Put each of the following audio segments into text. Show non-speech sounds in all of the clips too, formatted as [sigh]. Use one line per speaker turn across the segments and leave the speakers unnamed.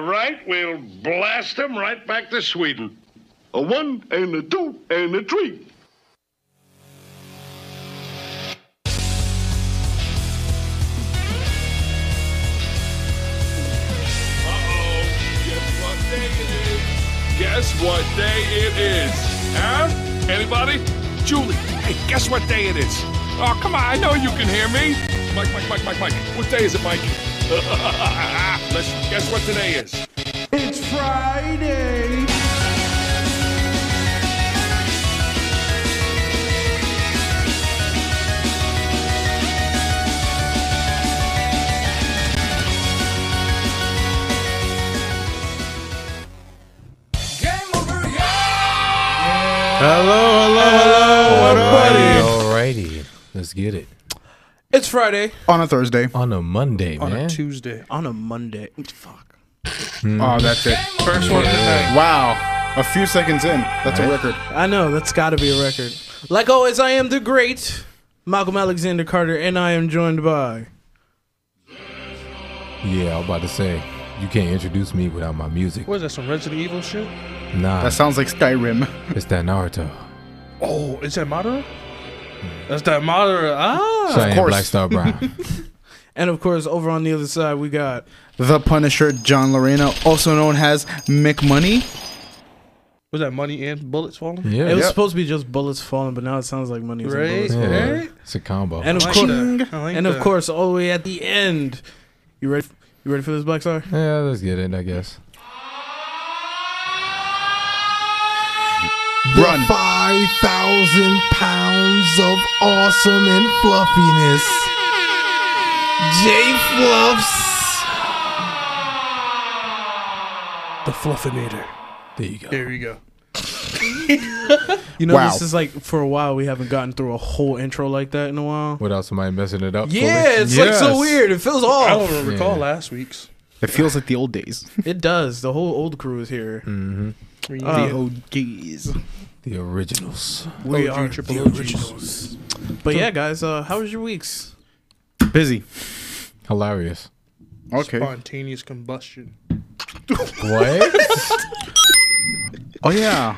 right, we'll blast them right back to Sweden.
A one and a two and a three.
Uh-oh. Guess what day it is? Guess what day it is? Huh? Anybody? Julie, hey, guess what day it is? Oh, come on, I know you can hear me. Mike, Mike, Mike, Mike, Mike. What day is it, Mike? [laughs] Let's guess what today is.
It's Friday.
Hello, hello, hello, everybody.
Alrighty, let's get it
It's Friday
on a Thursday.
on a Monday,
on
man.
a Tuesday on a Monday. Fuck.
Oh, that's it.
First one of the night.
Wow. A few seconds in. That's a record.
I know that's got to be a record. Like always, I am the great Malcolm Alexander Carter, and I am joined by
Yeah, I was about to say you can't introduce me without my music.
What is that? Some Resident Evil shit?
Nah,
That sounds like Skyrim.
it's that Naruto.
Oh, is that Madara? That's that Madara. Ah,
Cheyenne
course.
Black Star Brown.
and of course over on the other side we got
The Punisher, John Lorena, also known as McMoney.
was that money and bullets falling?
yeah,
it was
yeah.
supposed to be just bullets falling, but now it sounds like money. is in
Right?
bullets.
Right?
It's a combo.
And of
I like
course,
that. I like
and of
that.
course, all the way at the end. You ready? You ready for this, Black Star?
yeah, let's get it. I guess.
Run.
Five thousand pounds of awesome and fluffiness. J Fluffs.
the Fluffinator.
There you go.
There you go.
You know,
Wow.
this is like for a while we haven't gotten through a whole intro like that in a while.
Without somebody messing it up. fully.
Yeah, it's like
Yes.
so weird. It feels
I
off.
Oh,
don't recall last week's.
It feels like the old days.
It does. The whole old crew is here.
Mm-hmm.
Uh,
Uh,
old days.
The originals.
we
OG
are
triple
the
OGs.
originals. But yeah, guys, uh, how was your weeks?
Busy.
Hilarious.
Okay.
spontaneous combustion.
What?
Oh yeah.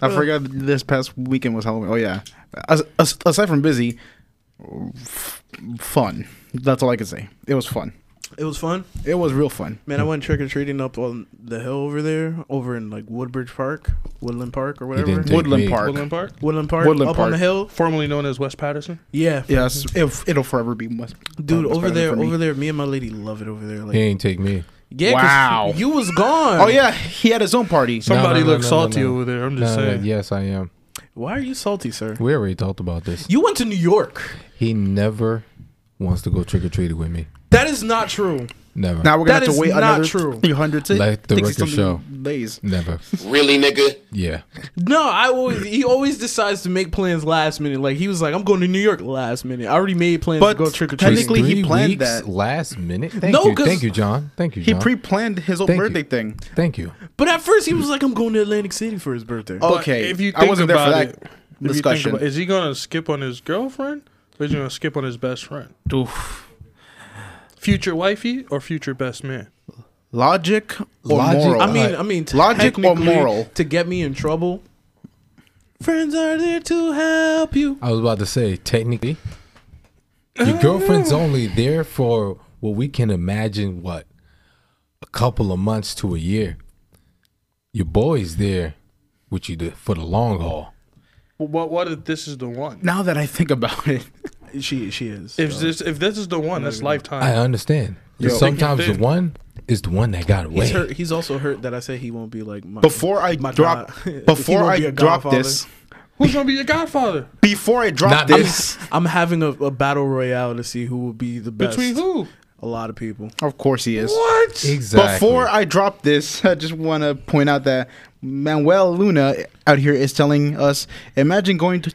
I forgot this past weekend was Halloween. Oh yeah. As, as, aside from busy, f- fun. That's all I can say. It was fun.
It was fun.
It was real fun.
Man, I went trick or treating up on the hill over there, over in like Woodbridge Park, Woodland Park, or whatever.
didn't Take
Woodland
me.
Park.
Woodland Park,
Woodland Park,
Woodland
up on the
Park.
hill.
formerly known as West Patterson.
Yeah,
Yes, it, it'll forever be West.
dude,
uh, West
over
Patterson
there,
for me.
over there. Me and my lady love it over there. Like,
he ain't take me.
yeah, 'cause
Wow.
you was gone.
Oh yeah, he had his own party.
no,
Somebody
no,
looks
no, no,
salty
no.
over there. I'm
No,
just
no,
saying.
yes, I am.
Why are you salty, sir?
We already talked about this.
You went to New York.
He never wants to go trick or treating with me.
That is not true.
Never.
Now we're gonna
That
have
is
to wait
not
another
true.
three hundred to
Let the record
60 something
show.
days.
Never.
Really, nigga?
[laughs]
Yeah.
No, I always he always decides to make plans last minute. Like he was like, I'm going to New York last minute. I already made plans
But
to go trick or
I
treat.
Technically, he planned
weeks
that.
last minute. Thank
No,
you.
'cause-
Thank you, John. Thank you,
He
John.
pre-planned his old
Thank
birthday
you.
thing.
Thank you.
But at first he was like, I'm going to Atlantic City for his birthday.
But
Okay,
if you
I
think
wasn't there for
about
that
it- If you think
discussion.
about- is he gonna skip on his girlfriend, or is he gonna skip on his best friend?
Oof.
Future wifey or future best man?
Logic or
Logic-
moral?
I mean,
like,
I mean,
logic or
technically,
moral?
to get me in trouble. Friends are there to help you.
I was about to say, technically, your
[laughs]
girlfriend's only there for what we can imagine what? A couple of months to a year. Your boy's there with you to, for the long haul.
Well, what what if this is the one?
now that I think about it,
She she is.
If this if this is the one, that's
I
lifetime.
understand. But
Yo.
sometimes the
Dude.
one is the one that got away.
He's hurt. He's also hurt that I said he won't be like my,
before I
[laughs] my
drop,
god- he
before
won't
I
be a
drop
godfather.
this,
Who's gonna be your godfather?
before I drop
Not
this,
I'm having a, a battle royale to see who will be the best.
Between who?
A lot of people.
of course he is.
What?
Exactly.
Before I drop this, [laughs] I just want to point out that Manuel Luna out here is telling us: Imagine going to,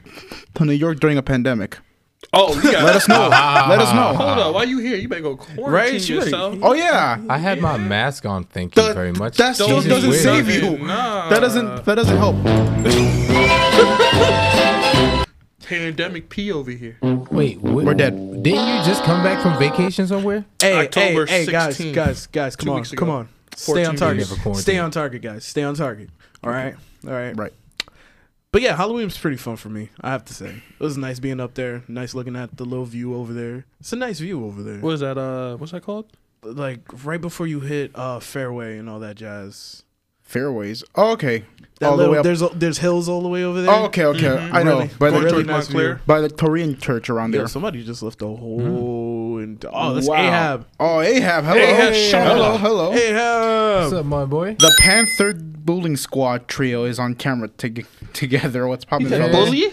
to New York during a pandemic.
[laughs]
Oh, you got
Let us know. Let us know.
[laughs] Hold up, why you here? You better go quarantine
Right, she better-
yourself.
Oh yeah,
I had my mask on. Thank you
That-
very much. This
that still
is
doesn't
weird.
save you.
Nah.
that doesn't that doesn't help.
pandemic P over here.
Wait, wh-
We're dead.
Didn't you just come back from vacation somewhere?
Hey,
Oh.
October
hey, hey, guys,
16th,
guys, guys, come
two
on,
weeks
come
ago.
on. Stay on
14
target.
days of quarantine.
Stay on target, guys. Stay on target. All right. All right.
Right.
But yeah, Halloween was pretty fun for me. I have to say, it was nice being up there. Nice looking at the little view over there. It's a nice view over there.
What is that? Uh, what's that called?
Like right before you hit uh fairway and all that jazz.
Fairways. Oh, okay.
That
all the
little,
way up.
there's there's hills all the way over there.
Oh, okay, okay. I know.
Mm-hmm. Really-
By, the,
really
George
nice
Montclair.
view.
by the Korean church around
Yo,
there.
somebody just left a
Mm-hmm.
hole and oh, that's Ahab.
Oh, Ahab. Hello.
Ahab,
Hey,
shut
hello,
up.
hello.
Ahab.
What's up, my boy?
The Panther Bowling Squad trio is on camera to- together. What's popping?
said
up?
bully?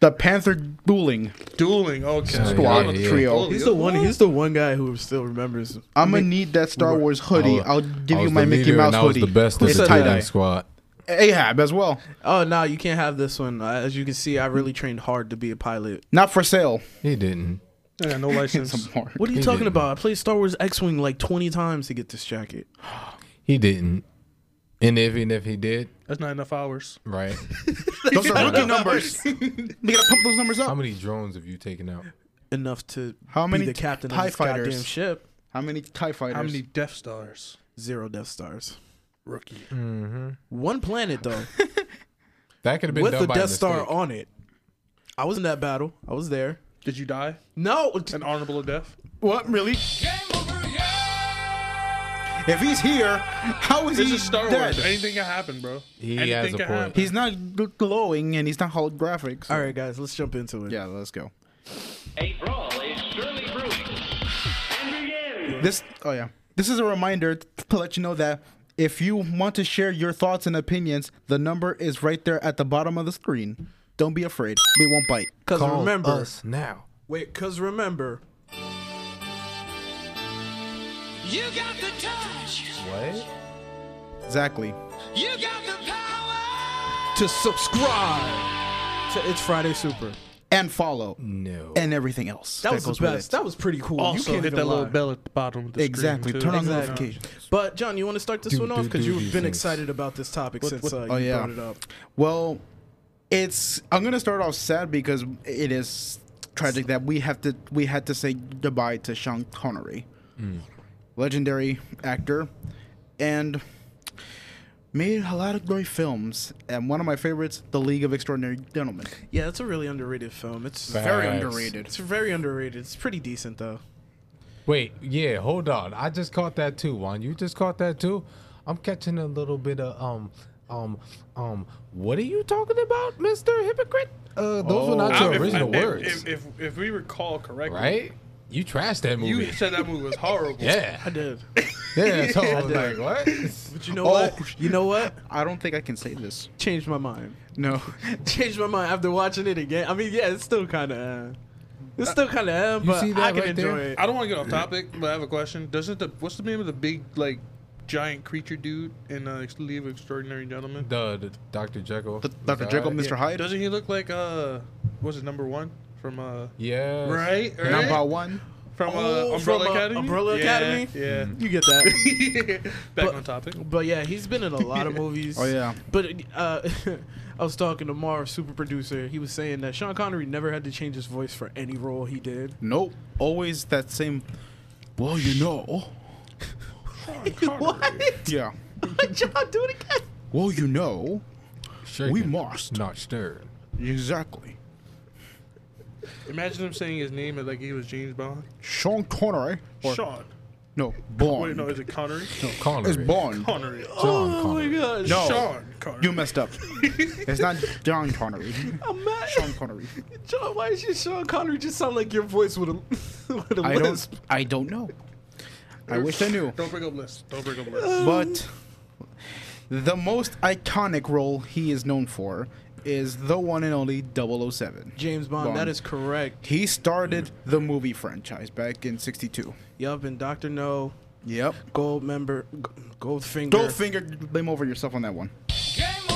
The Panther Bowling
Dueling. Okay.
Sorry.
Squad
yeah, yeah.
trio.
Bully.
He's the one. He's the one guy who still remembers.
I'm gonna need that Star Wars hoodie.
I
I'll
was-
give
I
you
was
my
the
Mickey
leader
Mouse
and I was
hoodie.
the best of
It's
the
tie
tie
dye.
squad.
Ahab as well.
Oh no, you can't have this one. Uh, As you can see, I really trained hard to be a pilot.
Not for sale.
He didn't.
Yeah, no license.
Some more.
What are you
He
talking
didn't.
about? I played Star Wars X-wing like 20 times to get this jacket.
He didn't. And if and if he did,
That's not enough hours.
[laughs] right?
Those [laughs] are rookie numbers. we [laughs] gotta pump those numbers
How
up.
many drones have you taken out?
Enough to
How
be
many
the captain
TIE
of this
fighters?
goddamn ship.
How many Tie Fighters?
How many Death Stars?
Zero Death Stars.
Rookie.
One planet though,
That could have been
with
done
the
by
Death Star
mistake.
on it. I was in that battle. I was there.
Did you die?
No, it's-
An honorable death?
What really? If he's here, how is
This
he
is Star
dead?
Wars. Anything can happen, bro.
He
Anything
has a
can
point.
happen.
He's not g- glowing and he's not holographic. so-
all right, guys, let's jump into it.
Yeah, let's go.
A brawl is surely brewing. And begin.
This. Oh yeah. This is a reminder t- to let you know that if you want to share your thoughts and opinions, the number is right there at the bottom of the screen. Don't be afraid. We won't bite.
Because
Call
remember,
us now.
wait, because remember,
You got the touch.
What?
Exactly.
You got the power.
to subscribe to It's Friday Super.
And follow.
No.
And everything else.
That, was
goes
the
with
best.
it.
That was pretty cool. you
Also,
can't
hit
even
that little
lie.
bell at the bottom of the
Exactly.
screen.
Turn on
too.
notifications.
But John, you want to start this
Do-
one off
do-
because
do
you've been
these things.
excited about this topic since
what-
uh, you
oh, yeah.
brought it up.
Well, it's. I'm gonna start off sad because it is tragic that we have to we had to say goodbye to Sean Connery, legendary actor, and made a lot of great films. And one of my favorites, The League of Extraordinary Gentlemen.
Yeah, it's a really underrated film. It's
Very
Facts.
underrated.
it's very underrated. It's pretty decent though.
Wait, yeah, hold on. I just caught that too, Juan. You just caught that too? I'm catching a little bit of um um um what are you talking about, Mr. Hypocrite? Uh those were not
I-
your
if-
original
I- if-
words.
If, if, if we recall correctly,
right? You trashed that movie.
you said that movie was horrible.
I
yeah.
did.
Yeah.
[laughs]
So I was like, what? [laughs]
But
Oh.
you know what? You know what?
I don't think I can say this.
Changed my mind. [laughs]
No. [laughs]
Changed my mind after watching it again. I mean, yeah, it's still kind of. Uh, it's still kind of, uh,
You
but
see that
I can
right there?
enjoy it.
I don't want to get off topic, but I have a question. Doesn't the what's the name of the big like giant creature dude in uh, Ex- League of Extraordinary Gentlemen?
The, the Dr. Jekyll.
The- Dr. Jekyll, Mr. Hyde?
Doesn't he look like uh, was it number one from uh,
Yeah.
right, right?
Number one.
from uh,
Oh,
Umbrella
from, uh,
Academy.
Umbrella
yeah,
Academy?
Yeah. [laughs]
You get that.
Back
But-
on topic.
But yeah, he's been in a lot
[laughs]
of movies.
Oh, yeah.
But uh, [laughs] I was talking to Marv, super producer. He was saying that Sean Connery never had to change his voice for any role he
[laughs]
did.
Nope. Always that same. Well, you know. Oh,
what? [laughs]
Yeah.
John, do it again.
Well, you know.
Shaken,
We must.
Not stirred.
Exactly.
Imagine him saying his name like he was James Bond.
Sean Connery. Or,
Sean.
No, Bond.
Wait, no, is it Connery?
Connery.
It's Bond.
Connery.
John
Oh my
Connery.
gosh.
No.
Sean Connery.
You [laughs] messed up. it's not John Connery.
I'm mad. [laughs]
Sean Connery.
John, why is your Sean Connery just sound like your voice with a, [laughs] with a
I don't.
lisp?
I don't know. I wish I knew.
Don't bring up lists. Don't bring up lists.
But the most iconic role he is known for is the one and only 007.
James Bond,
Bond.
that is correct.
He started the movie franchise back in '62.
Yup, and Dr. No,
Yep.
Gold member, Goldfinger.
Goldfinger, blame over yourself on that one.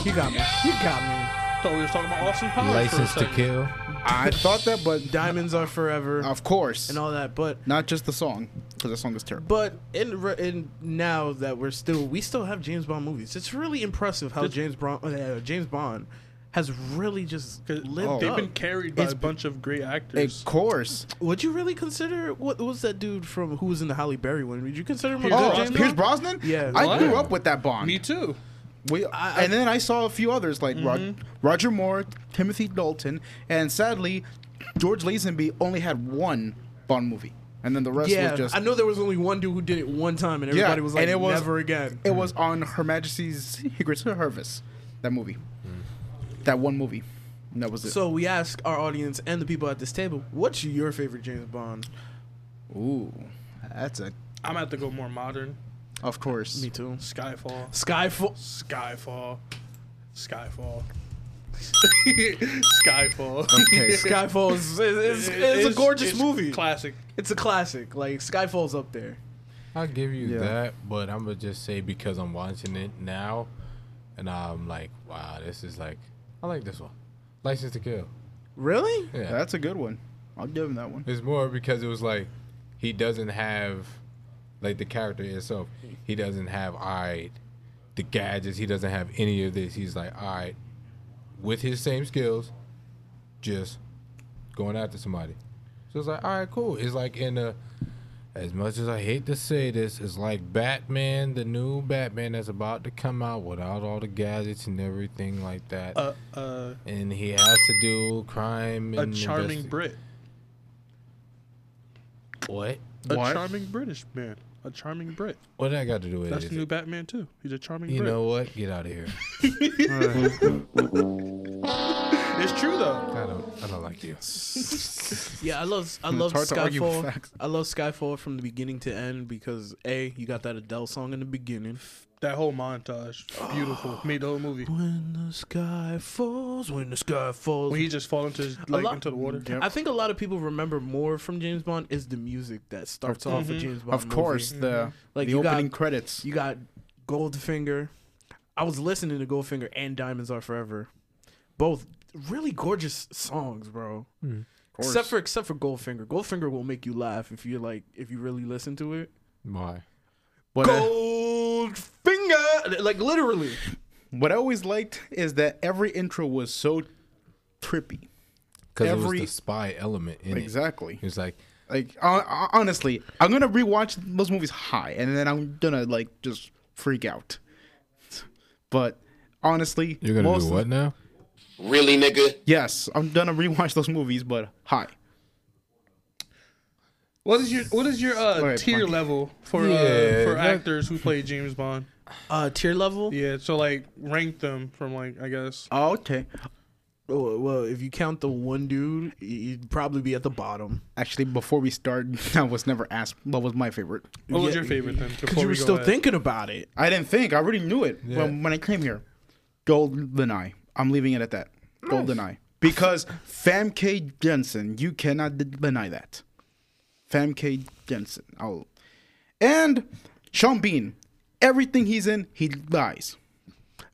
You got me. You got me.
thought we was talking about Austin Powers.
License
Oh, for a
to
second.
kill.
I thought that, but
Diamonds are forever
of course,
and all that, but
not just the song, because the song is terrible.
But in re- in now that we're still we still have James Bond movies. It's really impressive how James Bond uh, James Bond has really just
'Cause
lived
Oh.
They've
up.
been carried by
It's-
a bunch of great actors.
Of course.
Would you really consider what what was that dude from who was in the Halle Berry one? Would you consider him a
Pierce
good
Oh,
Brosnan?
James
Pierce
Bond?
Brosnan?
Yeah.
I
What?
grew up with that Bond.
Me too. Mm-hmm.
We, and then I saw a few others like Rod, Roger Moore, Timothy Dalton, and sadly, George Lazenby only had one Bond movie, and then the rest
Yeah,
was just
I know there was only one dude who did it one time, and everybody was like,
and it was-
"Never again."
it was on Her Majesty's Secret Service, that movie, that one movie, and that was it.
So we ask our audience and the people at this table, what's your favorite James Bond?
Ooh, that's a
I'm gonna have to go more modern.
of course.
Me too.
Skyfall.
Skyfall.
Skyfall. Skyfall.
[laughs]
Skyfall.
Okay.
Skyfall is, is, is, is a gorgeous
it's
movie.
Classic.
it's a classic. Like Skyfall's up there.
I'll give you
Yeah.
that, but I'm gonna just say because I'm watching it now, and I'm like, wow, this is like, I like this one, License to Kill.
Really?
Yeah,
That's a good one. I'll give him that one.
it's more because it was like he doesn't have like the character itself. He doesn't have all right, the gadgets. He doesn't have any of this. He's like, all right, with his same skills, just going after somebody. So it's like, all right, cool. It's like in a. As much as I hate to say this, it's like Batman, the new Batman that's about to come out without all the gadgets and everything like that.
Uh, uh,
and he has to do crime
a
and
charming
investi-
Brit.
What?
A
What?
charming British man. A charming Brit.
What that got to do with
That's
it?
the new Batman too. He's a charming
You
Brit.
know what? Get out of here.
It's true though.
I don't. I don't like you.
Yeah, I love [laughs] I love
hard to argue with
Skyfall.
facts.
I love Skyfall from the beginning to end because a you got that Adele song in the beginning.
That whole montage, beautiful. Made the whole movie.
When the sky falls, when the sky falls.
When he just fall into his, like
lot-
into the water.
I think a lot of people remember more from James Bond is the music that starts off a James Bond.
Of course,
movie.
the
Like,
the
you got-
opening credits.
you got Goldfinger. I was listening to Goldfinger and Diamonds Are Forever, both really gorgeous songs, bro. Except for except for Goldfinger. Goldfinger will make you laugh if you like if you really listen to it.
Why?
But, uh,
Goldfinger, like literally.
What I always liked is that every intro was so trippy.
Because it was
Every-
the spy element in
Exactly.
it. It's like
Like hon- hon- honestly, I'm gonna rewatch those movies high, and then I'm gonna like just freak out. But honestly,
you're gonna
most-
do what now?
Really, nigga?
Yes, I'm gonna rewatch those movies, but high.
What is your what is your uh,
Alright,
tier
Punky.
level for
Yeah,
uh, for
that-
actors who play James Bond?
Uh, tier level.
Yeah, so like rank them from like I guess
okay.
Oh, well, if you count the one dude, y- you'd probably be at the bottom.
Actually, before we start, [laughs] I was never asked what was my favorite.
what was
Yeah,
your favorite then?
Because
Before
you were
we go
still
ahead?
thinking about it.
I didn't think. I already knew it when, when I came here. GoldenEye. I'm leaving it at that. GoldenEye. Because Famke Jensen, you cannot d- deny that. Famke Jensen. I'll... And Sean Bean. Everything he's in, he dies.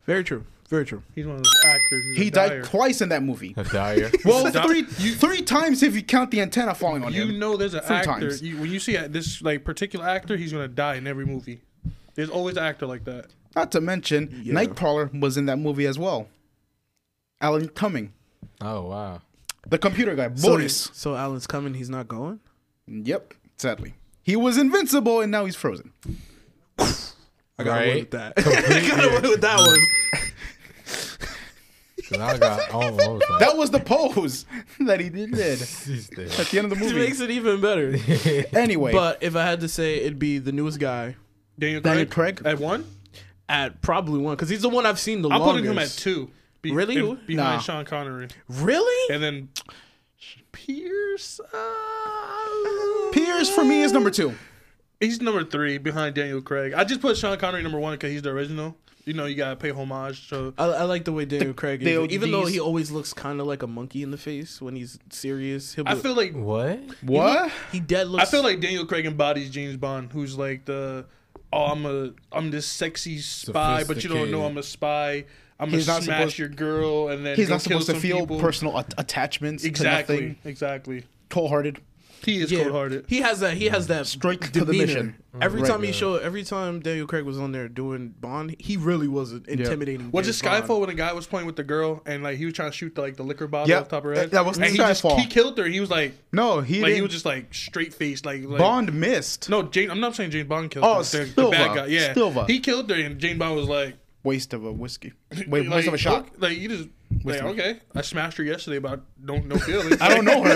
Very true. Very true.
He's one of those actors. He's
He
a
died
dyer.
twice in that movie.
A dyer.
Well, three three times if you count the antenna falling on
You
him.
know, there's an
Three
actor.
times.
You, when you see a- this like particular actor, he's gonna die in every movie. There's always an actor like that.
Not to mention, Nightcrawler was in that movie as well. Alan Cumming,
oh wow.
the computer guy,
So-
Boris.
So, Alan's coming. He's not going.
Yep, sadly. He was invincible and now he's frozen.
I got away
Right.
with
[laughs]
that. I got away with that one.
'Cause I got oh, I was like, [laughs]
That was the pose [laughs] that he did at
"This is the-"
the end of the
It
movie.
makes it even
[laughs]
better.
Anyway,
But if I had to say, it'd be the newest guy
Daniel,
Daniel
Craig,
Craig?
at one.
at probably one because he's the one I've seen the
I'm
longest.
putting him at two. Be-
Really?
in- behind
Nah.
Sean Connery,
Really?
and uh, then
Pierce.
Pierce for me is number two.
he's number three behind Daniel Craig. I just put Sean Connery number one because he's the original. You know, you gotta pay homage to.
I, I like the way Daniel Craig, is.
the-
even though he
these-
always looks kind of like a monkey in the face when he's serious, he'll be,
I feel like
what?
What?
he dead
I
looks.
feel like Daniel Craig embodies James Bond, who's like the oh I'm a I'm this sexy spy, but you don't know I'm a spy. I'm gonna
He's not
smash
supposed-
your girl, and then
He's
go
not
kill
supposed to
some
feel
people.
personal at- attachments. Exactly. To
Exactly,
nothing.
exactly.
Cold-hearted.
He is
Yeah.
cold hearted.
He has that. He has that
Mm. Straight to the
demeanor.
mission. Mm.
Every time he showed, every time Daniel Craig was on there doing Bond, he really was an intimidating.
Was it
James
Skyfall
Bond.
when a guy was playing with the girl and like he was trying to shoot the, like the liquor bottle
Yeah,
off the top of her head?
that was
and he just
Skyfall.
he killed her. He was like
No, he
like
didn't.
he was just like straight faced like, like
Bond missed.
No, Jane. I'm not saying Jane Bond killed
Oh,
her. The, the
Silva.
bad guy. Yeah,
Silva.
he killed her, and Jane Bond was like,
Waste of a whiskey. Wait,
like,
waste of a shot.
look, Like you just. Like, okay, I smashed her yesterday, but I don't know
[laughs]
feelings.
I don't know
[laughs]
her.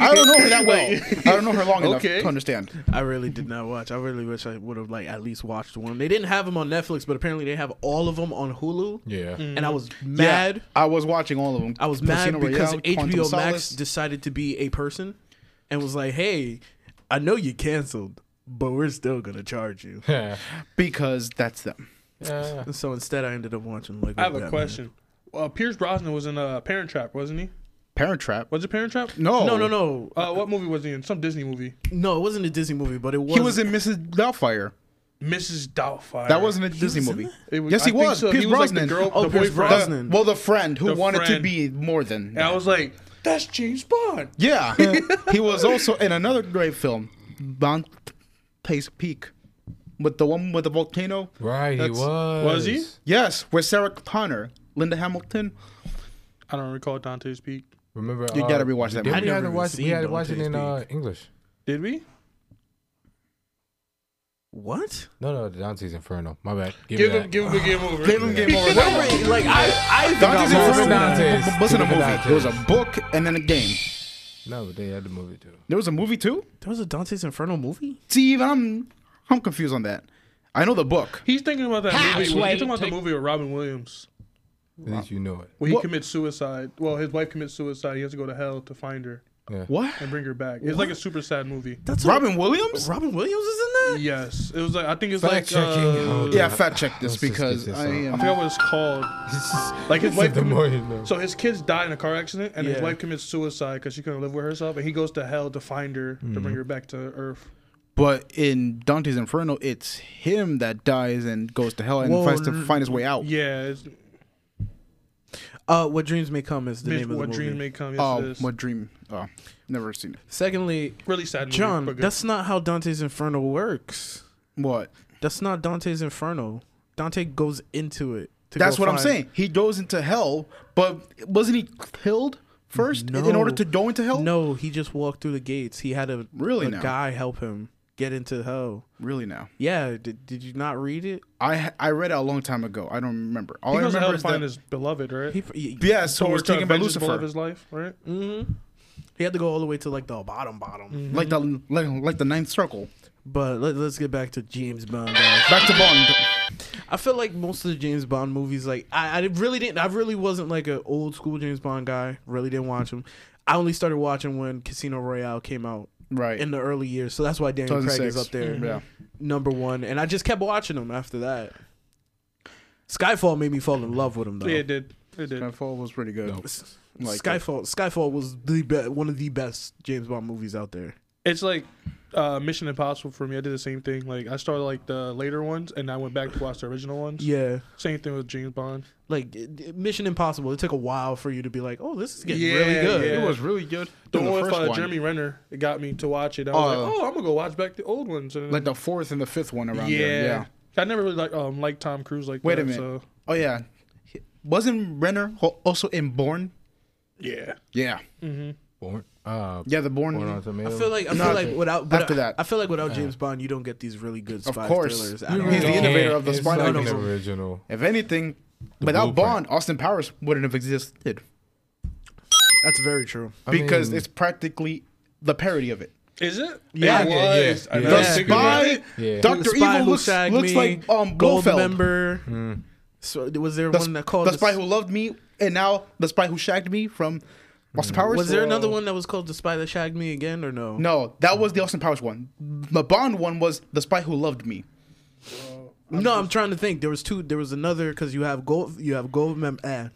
I don't know her that well. I don't know her long enough
Okay.
to understand.
I really did not watch. I really wish I would have like at least watched one. They didn't have them on Netflix, but apparently they have all of them on Hulu.
Yeah.
and I
Mm-hmm.
was mad.
I was watching all of them.
I was mad
Casino
because
Royale, Quantum
HBO Max
Solace.
decided to be a person and was like, "Hey, I know you canceled, but we're still gonna charge
[laughs]
you."
because that's them.
Yeah.
and so instead, I ended up watching Lego.
I have a
Batman.
question. Uh, Pierce Brosnan was in uh, Parent Trap, wasn't he?
Parent Trap.
Was it Parent Trap?
No,
No, no, no,
Uh, what movie was he in? Some Disney movie.
no! It wasn't a Disney movie, but it was.
He was in Mrs. Doubtfire.
Mrs. Doubtfire.
That wasn't a Disney movie.
It was-
yes,
I
he
think
was.
so.
Pierce
He was, like, the
Brosnan.
girl-
Oh,
the
Pierce
boyfriend.
Brosnan.
The- well, the friend who
The
wanted to
friend.
be more than.
And I was like, that's James Bond.
yeah,
[laughs]
he was also in another great film, Dante's Peak, with the one with the volcano.
[laughs] Right, he
That's-
was.
was he?
Yes, with Sarah Connor, Linda Hamilton.
I don't recall Dante's Peak.
Remember?
You
uh,
gotta rewatch that
did
movie.
We
I've
had to
never
watch. We
seen
had to watch it
Dante's
in uh, English.
Did we?
what?
No, no, Dante's Inferno. My bad. Give,
Give
me
him,
that.
give him a game over.
Give him [laughs] game over.
Wait, like I, I
Dante's
think
Inferno.
I lost that.
Dante's.
Inferno wasn't a
Different
movie.
Dante's.
It was a book and then a game.
No, but they had the movie too.
There was a movie too.
There was a Dante's Inferno movie.
See, even I'm I'm confused on that. I know the book.
He's thinking about that movie. He's
Halfway
talking about the
to-
movie with Robin Williams.
At least you know it.
Where he
What?
commits suicide. Well, his wife commits suicide. He has to go to hell to find her
What?
and bring her back. It's like a super sad movie.
That's
Robin
A,
Williams?
Robin Williams is in that.
Yes, it was like I think it's
Fact
like
checking.
uh,
Hold
Yeah,
on.
fact check this
Let's just
because
get this
I
out.
I
[laughs] am.
forgot what it's called.
Like
his wife-
The
[laughs]
more you know.
So his kids die in a car accident, and his
Yeah.
wife commits suicide because she couldn't live with herself, and he goes to hell to find her to bring her back to Earth.
But in Dante's Inferno, it's him that dies and goes to hell and
Whoa,
finds
n-
to find his way out.
Yeah, it's,
Uh, what dreams may come is the
Miss-
name of the
what
movie.
dream may come. Yes,
Oh,
it is.
what dream? Oh, never seen it.
Secondly,
Really sad. Movie,
John,
but good.
that's not how Dante's Inferno works.
What?
That's not Dante's Inferno. Dante goes into it. to
That's
go
what I'm
find-
saying. He goes into hell, but wasn't he killed first in- in
No.
order to go into hell?
No, he just walked through the gates. He had a
Really
a
now?
guy help him get into hell.
Really? Now
Yeah, did, did you not read it?
I I read it a long time ago. I don't remember. All
he
I
goes to hell
remember
to
is
find
that
his beloved, right?
He
He,
pr- he,
yes, who was taken by
Of
Lucifer,
his life, right?
he had to go all the way to like the bottom bottom.
like the like, like the ninth circle.
But let, let's get back to James Bond. guys.
Back to Bond.
I feel like most of the James Bond movies, like I, I really didn't, I really wasn't like an old school James Bond guy. Really didn't watch him. I only started watching when Casino Royale came out
Right.
in the early years, so that's why Daniel Craig is
2006.
up there,
Mhm. Yeah.
number one. And I just kept watching him after that. Skyfall made me fall in love with him though.
Yeah, it did. It did.
Skyfall was pretty good.
S-
Like uh,
Skyfall. Skyfall was the be- one of the best James Bond movies out there.
It's like uh, Mission Impossible for me. I did the same thing. Like I started like the later ones, and I went back to watch the original ones.
Yeah,
Same thing with James Bond.
like it- it- Mission Impossible. It took a while for you to be like, oh, this is getting
Yeah,
really good.
yeah.
It was really good.
The
Even
one with
first
uh, Jeremy Renner it got me to watch it. I
Oh.
was like, oh, I'm gonna go watch back the old ones. And
like the fourth and the fifth one around
yeah.
there. Yeah.
I never really like um like Tom Cruise like
Wait
that.
a minute.
So
Oh yeah, He- wasn't Renner ho- also in Born?
yeah,
Yeah.
Born, uh,
Yeah, the Born.
Born on
I
Tomatoes.
feel like I feel like without but
after
I-
that.
I feel like without James Bond, you don't get these really good
of
spy
course,
thrillers.
he's the
At all.
innovator of the
It's
spy
like an
novel.
original.
If anything, without
blueprint.
Bond, Austin Powers wouldn't have existed
That's very true.
because
mean-
it's practically the parody of it.
is it?
Yeah.
it
Yeah, yeah,
was. I
yeah.
know.
The
Yeah.
Think about
spy,
it.
Yeah.
Doctor
The Spy
Evil
Who
looks,
Shagged
looks
Me,
like um
Gold
Blofeld.
Member. So was there
the,
one
sp-
that called
the spy who loved me, and now the spy who shagged me from Austin Powers.
Mm. Was there another one that was called The Spy That Shagged Me again or no?
No, that was the Austin Powers one. The Bond one was the spy who loved me.
no, I'm trying to think. There was two. There was another because you have gold. You have gold mem. Eh.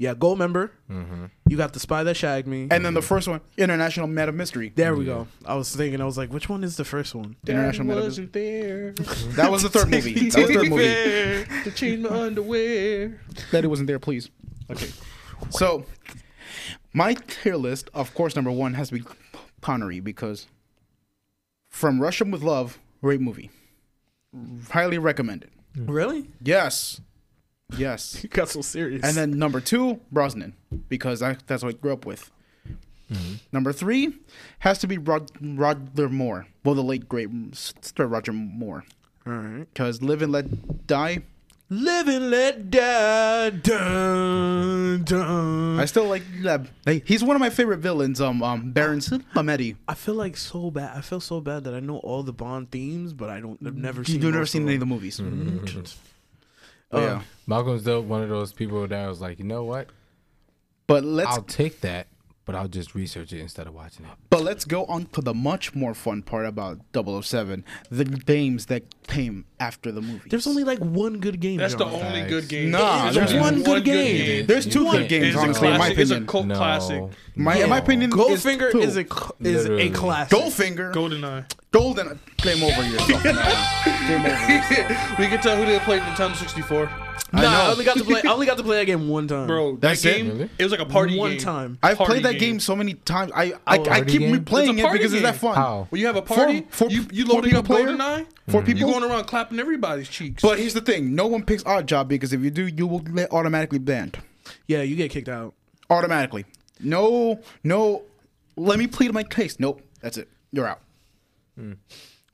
Yeah, gold member.
Mm-hmm.
You got the spy that shagged me.
And then the first one, International Man of Mystery.
there we go. I was thinking. I was like, which one is the first one?
International Man of Mystery.
Wasn't there
That was the third movie. That was the third movie.
to change my
[laughs]
underwear?
That it wasn't there, please. Okay. So, my tier list, of course, number one has to be Connery because From Russia with Love, great movie. Highly recommended.
Really?
Yes.
[laughs]
Yes.
You got so serious.
And then number two, Brosnan, because I, that's what I grew up with.
Mm-hmm.
Number three has to be Rod, Roger Moore. Well, the late great Sir Roger Moore.
all right.
Because Live and Let Die,
Live and let die. Dun, dun.
I
I,
still like that. Hey, He's one of my favorite villains. Um, um, Baron Samedi.
feel like so bad. I feel so bad that I know all the Bond themes, but I don't. I've never seen.
You've never seen any of the movies.
Mm-hmm. Oh,
yeah.
Malcolm's dope. One of those people that was like, you know what?
But let's
I'll take that, but I'll just research it instead of watching it.
but let's go on to the much more fun part about 007, the games that came after the movie.
There's only like one good game.
That's the
genre.
only
Facts.
good game.
Nah,
There's
Yeah.
one good game.
There's two
One.
good games,
It's a
honestly, in my
classic. It's a
opinion.
cult
No.
classic.
My, in my opinion, is
Goldfinger
two.
is a cl- is a
Literally.
classic.
Goldfinger.
GoldenEye.
Golden. Game over yourself. man. Game over yourself.
[laughs] we can tell who they played in Nintendo 64.
Nah, I,
know.
only got to play. I only got to play that game one time,
Bro,
That's
that
it?
game, it,
Really?
was like a party
One
game.
time.
I've
Party
played that
game.
game so many times. I I, I
Oh, party
keep
game?
replaying
It's a
it
party
because it's that
game.
fun.
How? Mm-hmm.
Well, you have a party.
Four- four-
you you
four
loading up
people?
GoldenEye.
Four people?
You going around clapping everybody's cheeks.
But here's the thing: no one picks Odd Job because if you do, you will get automatically banned.
Yeah, you get kicked out.
Automatically. No, no. Let me plead my case. Nope. That's it. You're out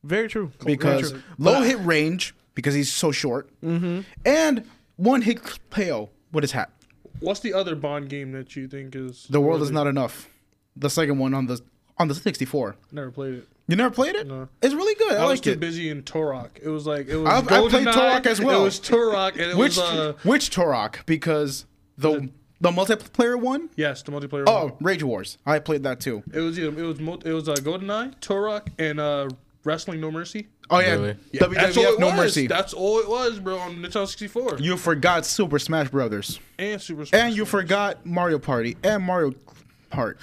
Very true.
because
Very true.
low hit range because he's so short, mm-hmm. and one hit KO with his hat.
What's the other Bond game that you think is
The world is not enough. The second one on the on the 64.
Never played it.
You never played it?
No.
It's really good. I,
I was
like
too
it.
busy in Turok. It was like it was.
I- I played
GoldenEye,
Turok as well.
It was Turok, and it
Which
was uh
which Turok? Because the the multiplayer one.
yes, the multiplayer. one.
Oh, Rage Wars. I played that too.
it was either, it was mul- it was uh, GoldenEye, Turok, and uh Wrestling No Mercy.
Oh yeah,
Really?
WWF
That's all it
No
was.
Mercy.
That's all it was, bro. On Nintendo 64
You forgot Super Smash Brothers,
and Super. Smash
and you
Bros.
forgot Mario Party and Mario Kart.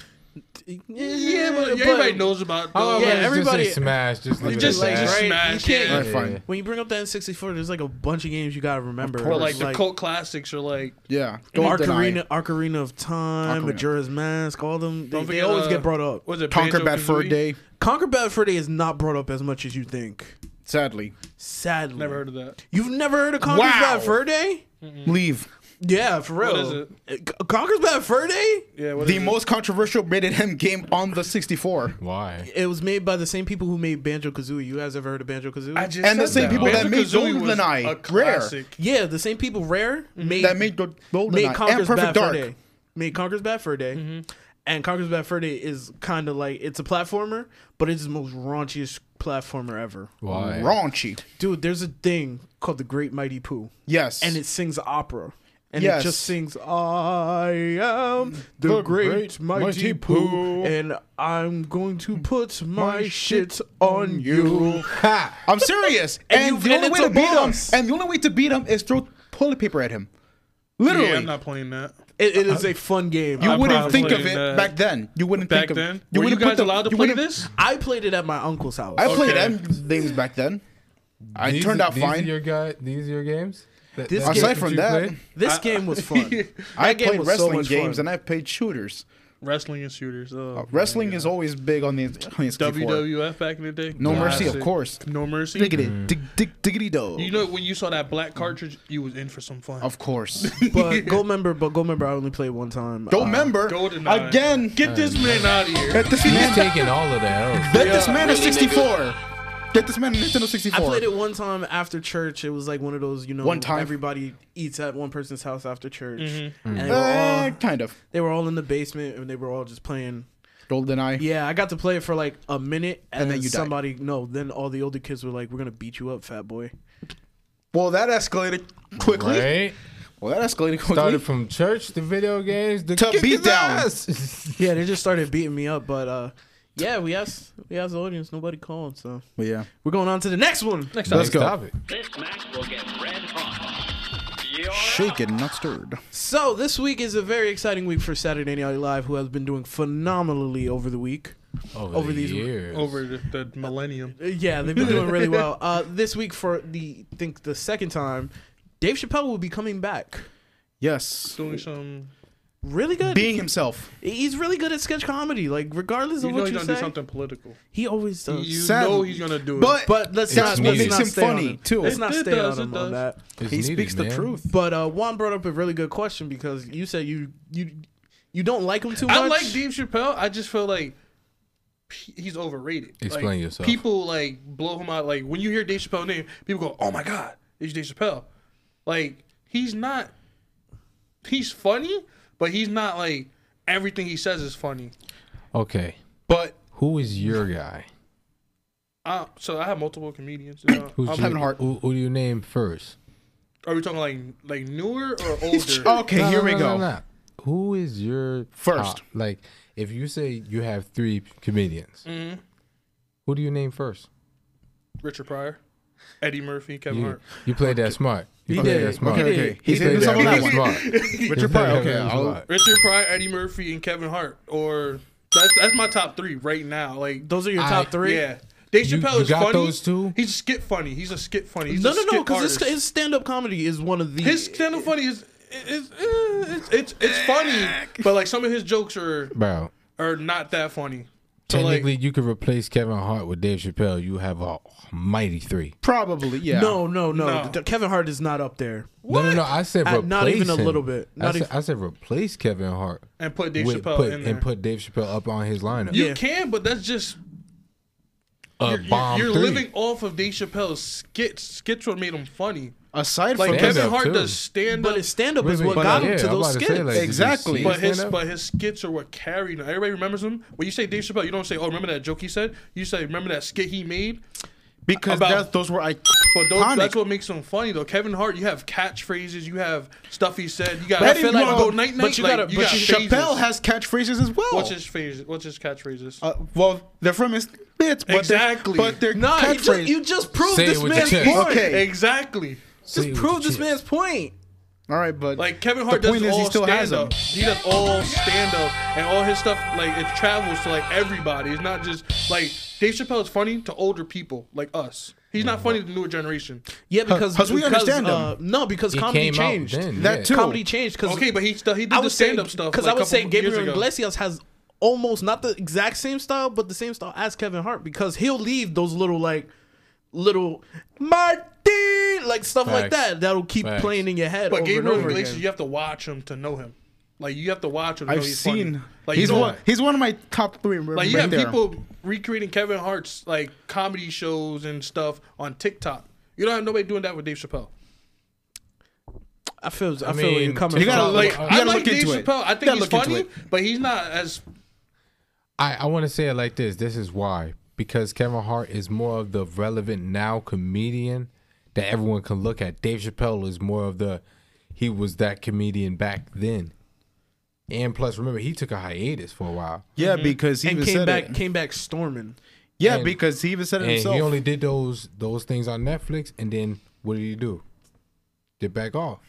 Yeah, but everybody knows about.
Oh,
those.
yeah,
yeah, everybody
everybody-
just say smash. Just leave it
Just,
at
Like,
that.
just
right,
smash
you
it.
can't-
All right, fine.
When you bring up the N64, there's like a bunch of games you gotta remember.
course.
But like, the
Like-
cult classics are like
Yeah,
Ocarina, Ocarina of Time,
Ocarina.
Majora's Mask, all them. They,
Don't
they
forget,
always
uh,
get brought up.
was it
Conquer
Banjo-Kazooie?
Bad Fur Day.
Conquer Bad Fur Day is not brought up as much as you think.
Sadly,
Sadly,
Never heard of that.
You've never heard of Conquer's
Wow.
Bad Fur Day?
Mm.
leave.
Yeah, for real.
is it?
Uh, Conquer's Bad Fur Day?
Yeah, what
The
is it?
most controversial rated M game on the 64,
Why?
It was made by the same people who made Banjo Kazooie. You guys ever heard of Banjo Kazooie?
I just
and the
said
same people that made
Banjo-Kazooie was
GoldenEye,
a
Rare.
classic.
yeah, the same people, Rare, made,
that made Go-
made
GoldenEye and
Conquer's
Perfect
Bad Fur
Dark.
Day. Made Conquer's Bad Fur Day. And Conquer's Bad Fur Day is kind of like, it's a platformer, but it's the most raunchiest platformer ever.
Why?
Raunchy.
Dude, there's a thing called the Great Mighty Pooh,
Yes.
and it sings opera. And
Yes.
it just sings, I am the, great, mighty, Pooh, and I'm going to put my shit on Mm, you.
I'm serious. and,
you've-
the
and
only
it's
way to
a
beat him,
boss.
and the only way to beat him is throw toilet paper at him. Literally,
Yeah, I'm not playing that.
It, it is a fun game.
you
I-
would-
wouldn't
probably
think of
played
it
that.
back then. You wouldn't
Back
think of
then,
You
were you
wouldn't put
guys
the-
allowed to
you
play
wouldn't-
this?
I played it at my uncle's house.
I played
Okay.
M games back then. I
These-
turned out
these
fine.
Are your guy, these are your games. That-
This
that's
game-
what
Aside from
you
that,
played?
this game
[laughs]
was fun.
I
game
played
was so
wrestling
much
games
fun.
and I played shooters.
Wrestling and shooters. Oh.
Wrestling is always big on the [laughs] on the 64.
WWF back in the day.
No mercy, of
Classic.
course.
No mercy.
Diggity, dig, dig, diggity do.
You know when you saw that black cartridge, you was in for some fun.
of course. [laughs]
But gold member, but gold member, I only played one time.
Don't
Uh,
remember
GoldenEye.
again. Get
Get this man out of here.
get this
He's
man.
taking all of that. oh,
Get this man a 64. Get this man a Nintendo 64.
I played it one time after church. It was like one of those, you know,
One time?
everybody eats at one person's house after church, and they were,
Uh,
all,
kind of.
they were all in the basement and they were all just playing.
GoldenEye.
Yeah, I got to play it for like a minute, and,
And then
then,
you died.
somebody no. Then all the older kids were like, "We're gonna beat you up, fat boy."
Well, that escalated quickly.
Right?
Well, that escalated quickly.
Started from church to video games to,
To
kick
beat
his
down.
ass.
Yeah, they just started beating me up, but uh, yeah, we asked we asked the audience, nobody called, so
But yeah.
we're going on to the next one.
Next
Let's go.
time.
Stop it.
This match will get red hot. You're
Shaken, not stirred.
So this week is a very exciting week for Saturday Night Live, who has been doing phenomenally over the week.
Over,
Over
the
these-
years.
Over the, the millennium.
Uh, Yeah, they've been doing really well. Uh, this week for the I think the second time, Dave Chappelle will be coming back.
Yes.
Doing some
really good.
Being himself.
He's really good at sketch comedy. Like regardless of
You know
what
he's
you
gonna do
say,
something political.
he always does.
You
Sad.
know he's gonna do it.
But,
but let's not,
what
let's
makes
not
him
stay on
funny,
him.
too.
Let's not
It
stay
does,
on him
it
on
does.
that.
It's
he
needed,
speaks the
man.
truth.
But uh, Juan brought up a really good question because you said you you you don't like him too much.
I like Dave Chappelle. I just feel like he- he's overrated.
Explain
Like,
yourself.
People like blow him out. Like when you hear Dave Chappelle name, people go, "Oh my god, it's Dave Chappelle." Like he's not. He's funny, but he's not like everything he says is funny.
Okay.
But
Who is your guy?
Uh, so I have multiple comedians. you
[coughs]
know.
Who's
Um,
your-
Kevin Hart.
Who, who do you name first?
are we talking like like newer or older?
okay,
No,
here
no,
we
no, no,
go.
no. Who is your
First.
top- like, if you say you have three comedians, who do you name first?
Richard Pryor, Eddie Murphy, Kevin
You,
Hart.
you played that smart. You
He
played
did.
that smart.
Okay,
okay.
You
He's
played
hitting us
that
on that
really
one.
smart. [laughs] You
Richard
played
Pryor.
that
Okay,
really
I'll,
smart.
Richard Pryor, Eddie Murphy, and Kevin Hart, or that's that's my top three right now. Like
Those are your
I-
top three.
Yeah. Dave
You-
Chappelle
you
is
got
funny.
those two?
He's a skit funny. He's a skit funny. He's
No,
a
no, no,
skit
because his,
artist.
his stand-up comedy is one of the
his stand up funny is it's, it's it's it's funny, but like some of his jokes are
Bro,
are not that funny. So like
technically, you could replace Kevin Hart with Dave Chappelle. You have a mighty three.
probably, yeah.
No, no, no,
No.
Th- Kevin Hart is not up there.
No, no, no. I said
Uh,
replace
not even a
him.
little bit. Not
I, said,
even-
I said replace Kevin Hart
and put Dave
with-
Chappelle
put-
in there.
and put Dave Chappelle up on his lineup.
you
Yeah.
can, but that's just
a
you're,
bomb
you're
three.
living off of Dave Chappelle's skits. Skits what made him funny.
Aside
Like
from
Stand-up
Kevin Hart
too.
does stand
But
up,
his stand-up
Wait,
is
wait,
what
but uh,
got him
yeah,
to
I'm
those
about to say,
skits.
like, did you
Exactly.
see
but his
stand-up?
but his skits are what carried him. Everybody remembers him. When you say Dave Chappelle, you don't say, "Oh, remember that joke he said." You say, "Remember that skit he made."
because
about-
that, those were iconic.
But those, that's what makes him funny, though. Kevin Hart, you have catchphrases, you have stuff he said, you got.
But I feel like-
go night night.
but you
like,
gotta-
you
but
got
you-
phases.
Chappelle has catchphrases as well.
What's his phrases? What's his catchphrases?
Uh, well, they're from his bits, but
Exactly.
They're, but they're
Nah, you
catchphrases.
just, you just proved
Say it
this
with your
man's
chest.
point.
okay.
Say
exactly.
it
Just
with
proved
your
this
chest.
man's point.
all right, but
Like Kevin Hart
the
does
point is
all
he still has
stand
them.
up. He does all stand up, and all his stuff like it travels to like everybody. It's not just like Dave Chappelle is funny to older people like us. He's not funny to the newer generation.
Yeah, because
'cause we understand him.
uh, No, because
It
comedy
came out
changed.
then,
That
yeah.
too.
Comedy changed because
Okay, but he still he did
I
the
would say
stand up
because
stuff.
I
like,
would
couple
say
years
Gabriel
ago.
Iglesias has almost not the exact same style, but the same style as Kevin Hart because he'll leave those little like little Martin like stuff like
Facts.
that that'll keep
Facts.
playing in your head
But
over
Gabriel
and over
Iglesias,
again.
you have to watch him to know him. Like you have to watch him. To know
I've
he's
seen.
Funny. Like
he's
you know,
one. He's one of my top three.
like
Like
you
right
have
there.
people recreating Kevin Hart's like comedy shows and stuff on TikTok. You don't have nobody doing that with Dave Chappelle.
I feel I,
I
feel where you're
mean,
coming
you gotta
from.
Uh, look.
Like
you
I
gotta
like
look
Dave
into it.
Chappelle. I
You
think
gotta
he's
look into
funny,
it.
but he's not as
I, I want to say it like this. This is why. Because Kevin Hart is more of the relevant now comedian that everyone can look at. Dave Chappelle is more of the he was that comedian back then. And plus, remember he took a hiatus for a while,
Yeah,
Mm-hmm.
because he
and
even
came
said
back
it.
came back storming.
Yeah,
and-
because he even said it
and
himself.
he only did those those things on Netflix. And then what did he do? Did back off.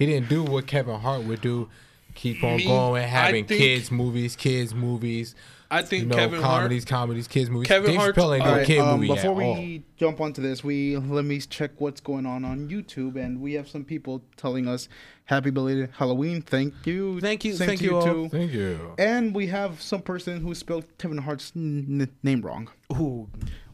He didn't do what Kevin Hart would do. Keep on
Me,
going,
I
having
think-
kids movies, kids movies.
I think
you know,
Kevin Hart.
comedies, comedies, kids movies.
Kevin
Dave
Hart's-
Chappelle ain't no
Alright,
kid
um,
movie Oh,
before
at all.
we jump onto this, we let me check what's going on on YouTube, and we have some people telling us happy belated Halloween. Thank you.
Thank you,
Same
thank
to
you all.
too.
Thank you.
And we have some person who spelled Kevin Hart's n- n- name wrong.
Ooh,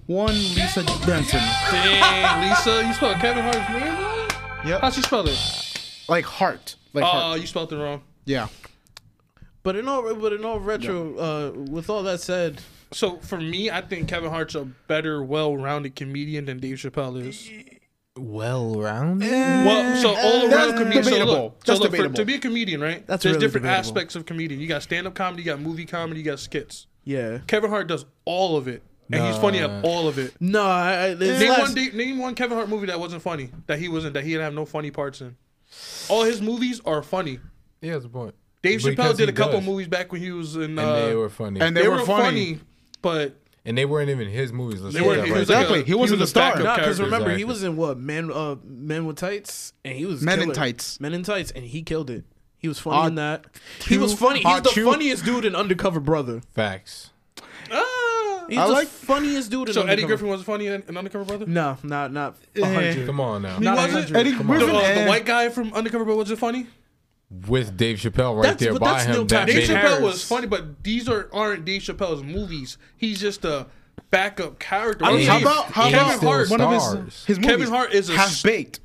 One Lisa Benson.
Dang, Lisa, you spelled Kevin Hart's name wrong. How
Yep.
she spelled it?
Like Hart. Like
Oh,
Hart.
you spelled it wrong.
Yeah.
but in all but in all retro, uh, with all that said,
So for me, I think Kevin Hart's a better, well-rounded comedian than Dave Chappelle is.
Well rounded.
Well, so all
that's
around comedian.
debatable.
So look, so
That's
look, for-
debatable.
to be a comedian, right?
That's
There's
really
different
debatable.
aspects of comedian. You got stand-up comedy, you got movie comedy, you got skits.
yeah.
Kevin Hart does all of it, and he's funny at all of it.
No, I, I, it's
Name
less-
one, da- name one Kevin Hart movie that wasn't funny, that he wasn't, that he didn't have no funny parts in. All his movies are funny.
Yeah, that's a point.
Dave
Because
Chappelle did
he
a couple
does.
movies back when he was in.
and
uh,
they were funny.
And
And,
they, were, funny.
but
they weren't even his movies. Let's
they
say
weren't.
that
he
right
was
there.
like
Exactly.
a-
He wasn't the
was
star.
backup
Nah, because
character.
remember
Exactly.
he was in what men uh men with tights and he was
Men in
killer.
Tights.
men in tights and he killed it. He was funny
Ah,
in that. He was funny.
ah,
He's the
chew.
funniest dude in Undercover Brother.
Facts.
Ah!
He's
I
the
like-
funniest dude in
So Eddie
Undercover.
Griffin Eh. wasn't funny in, in Undercover Brother.
No, not not a hundred.
Come on now.
Not a
wasn't?
hundred.
Eddie
Come on.
The,
Griffin
uh, the
and-
white guy from Undercover Brother was it funny?
with Dave Chappelle right
That's-
there
but
by
that's Neil
him. That
Patrick
Dave
made it-
Harris.
Chappelle was funny, but these are aren't Dave Chappelle's movies. He's just a backup character.
I mean,
He's-
how
about- how
Kevin
about
Hart?
one of his-
Stars.
his
Kevin
movies,
Hart is a
half
s-
baked.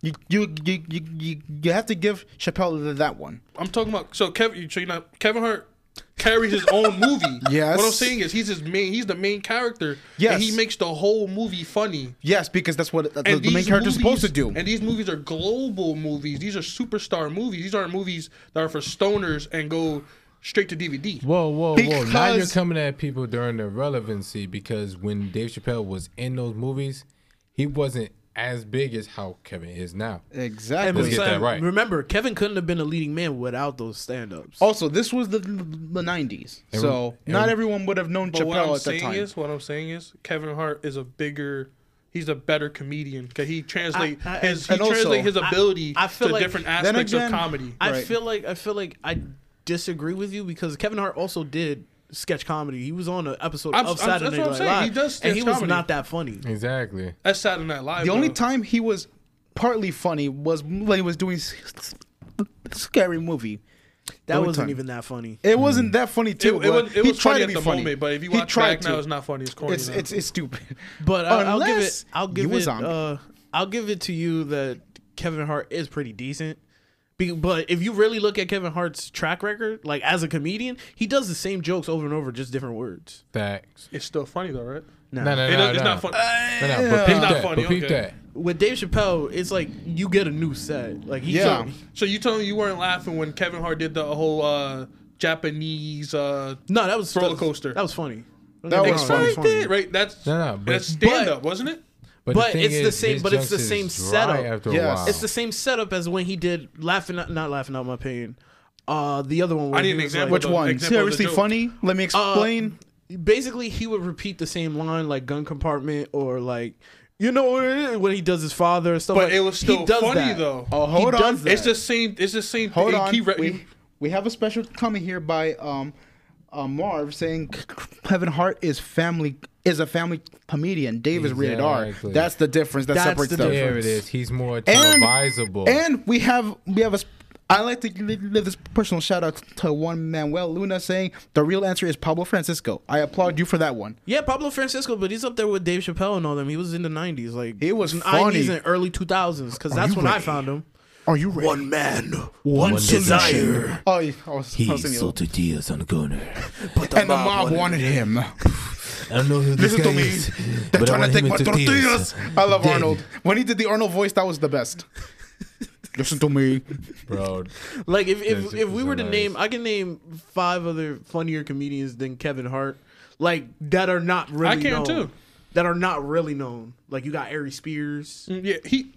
You, you you you you you have to give Chappelle that one.
I'm talking about so Kevin. You so you're not Kevin Hart carries his own movie.
[laughs] Yes.
What I'm saying is he's his main. He's the main character.
Yes.
And he makes the whole movie funny.
Yes, because that's what uh, the,
And
the main
these
character's supposed
movies-
to do.
And these movies are global movies. These are superstar movies. These aren't movies that are for stoners and go straight to DVD.
Whoa, whoa, whoa! Now you're
Because-
coming at people during their relevancy because when Dave Chappelle was in those movies, he wasn't as big as how Kevin is now.
And
exactly.
Let's get that
besides-
right.
Remember, Kevin couldn't have been a leading man without those stand-ups.
Oh,
Also, this was the the nineties, so
Every-
not everyone would have known
But what
Chappelle
I'm
at that
saying
time.
is, what I'm saying is, Kevin Hart is a bigger, he's a better comedian because he translate
I- I-
his he
and also-
translate his ability
I feel
to
like-
different
Then
aspects
again,
of comedy.
I
Right.
feel like I feel like I disagree with you because Kevin Hart also did sketch comedy. He was on an episode
I'm- I'm-
of
that's what
Saturday
I'm
Night
saying.
Live,
He does
and he
sketch
was
comedy.
not that funny.
Exactly.
That's Saturday Night Live.
the only
bro.
time he was partly funny was when he was doing s- s- scary movie.
That
only
wasn't
time.
even that funny.
It wasn't that funny
it, it
too. but
was it
he
was
tried
funny
to
at
be
the
funny.
moment, but if you
He
watch
tried
back
to.
now, it's not funny. It's corny.
It's
now.
it's it's
[laughs]
stupid.
But I, I'll give it.
Unless
I'll
you
give
a
it.
zombie.
Uh, I'll give it to you that Kevin Hart is pretty decent. Be- But if you really look at Kevin Hart's track record, like as a comedian, he does the same jokes over and over, just different words.
Facts.
It's still funny though, right?
No, no, no,
It-
no.
it's not funny.
No, no, but peep
It's not
that.
funny,
But peep
okay.
that.
With Dave Chappelle, it's like you get a new set. Like he
Yeah.
took-
So you telling me you weren't laughing when Kevin Hart did the whole uh, Japanese uh,
no, that was
Roller coaster.
That was funny.
That
That
was funny.
was
right there, right? That's
No, no, but-
that's stand up, wasn't it?
But,
But
thing
it's the same-
his
but it's the
jokes is
same
dry
setup.
After a
Yes.
while.
It's the same setup as when he did laughing, out, not laughing out my pain. Uh, the other one. Where
I need
he
an
was
example.
like-
Which
the
one?
example of the
Seriously
joke. Uh,
funny? Let me explain.
basically, he would repeat the same line like gun compartment or like, you know, what it is," when he does his father and stuff.
But
like-
it was
he
still
does
funny
that.
though.
Oh, hold
He
on.
does
It's the same. It's the same.
Hold
thing.
on.
He re-
we, we have a special coming here by um, uh, Marv saying Kevin Hart is family is a family comedian. Dave is rated R.
Exactly.
That's the difference that
That's
separates
the
them.
There it is. He's more televisable.
And we have we have a. sp- I like to give give this personal shout out to one Manuel Luna saying the real answer is Pablo Francisco. I applaud you for that one.
Yeah, Pablo Francisco, but he's up there with Dave Chappelle and all them. He was in the '90s, like
He was
in
funny.
'90s and early 2000s, because that's
you
when I
ready?
found him.
Are you ready? One.
man, one, desire.
Oh, yeah, I was, I was thinking-
tortillas on the corner.
and the mob wanted him.
I don't know who this
Listen to me. They're trying to take my tortillas. I love
Dead.
Arnold. When he did the Arnold voice, that was the best. Listen to me.
Bro,
Like if
That's-
if, if we
that's
were to
hilarious.
name, I can name five other funnier comedians than Kevin Hart, like that are not really.
can
known,
too.
That are not really known. Like you got Ari Spears.
yeah, he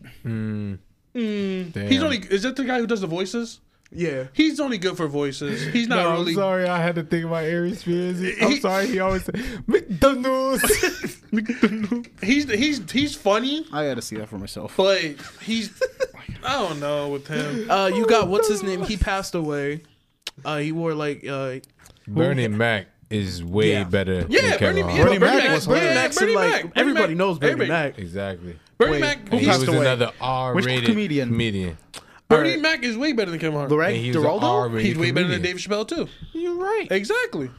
damn.
he's only. Is that the guy who does the voices?
Yeah.
He's only good for voices. He's not
No,
really.
I'm sorry, I had to think about Aries Spears. [laughs] I'm
He-
sorry, he always said McDonald's.
He's he's he's funny,
I gotta see that for myself.
but he's. I don't know with
[laughs]
him.
Uh, you got what's his name? He passed away. Uh, he wore like uh,
[laughs] Bernie Mac is way
Yeah.
better than
yeah, Bernie,
Kevin
yeah,
Hart.
Bernie Mac
Mac
was
Bernie
hilarious.
Mac,
Max and
Bernie
like
Mac, Bernie
everybody
Mac,
knows Bernie Mac.
Exactly.
Bernie
Wait,
Mac.
who
He
he's-
was
passed away?
another R-rated
comedian?
comedian.
Bernie Mac is way better than Kevin Hart.
And he was
Right?
an
Geraldo?
R-rated
He's way better than
comedian.
David Chappelle too.
You're right.
Exactly.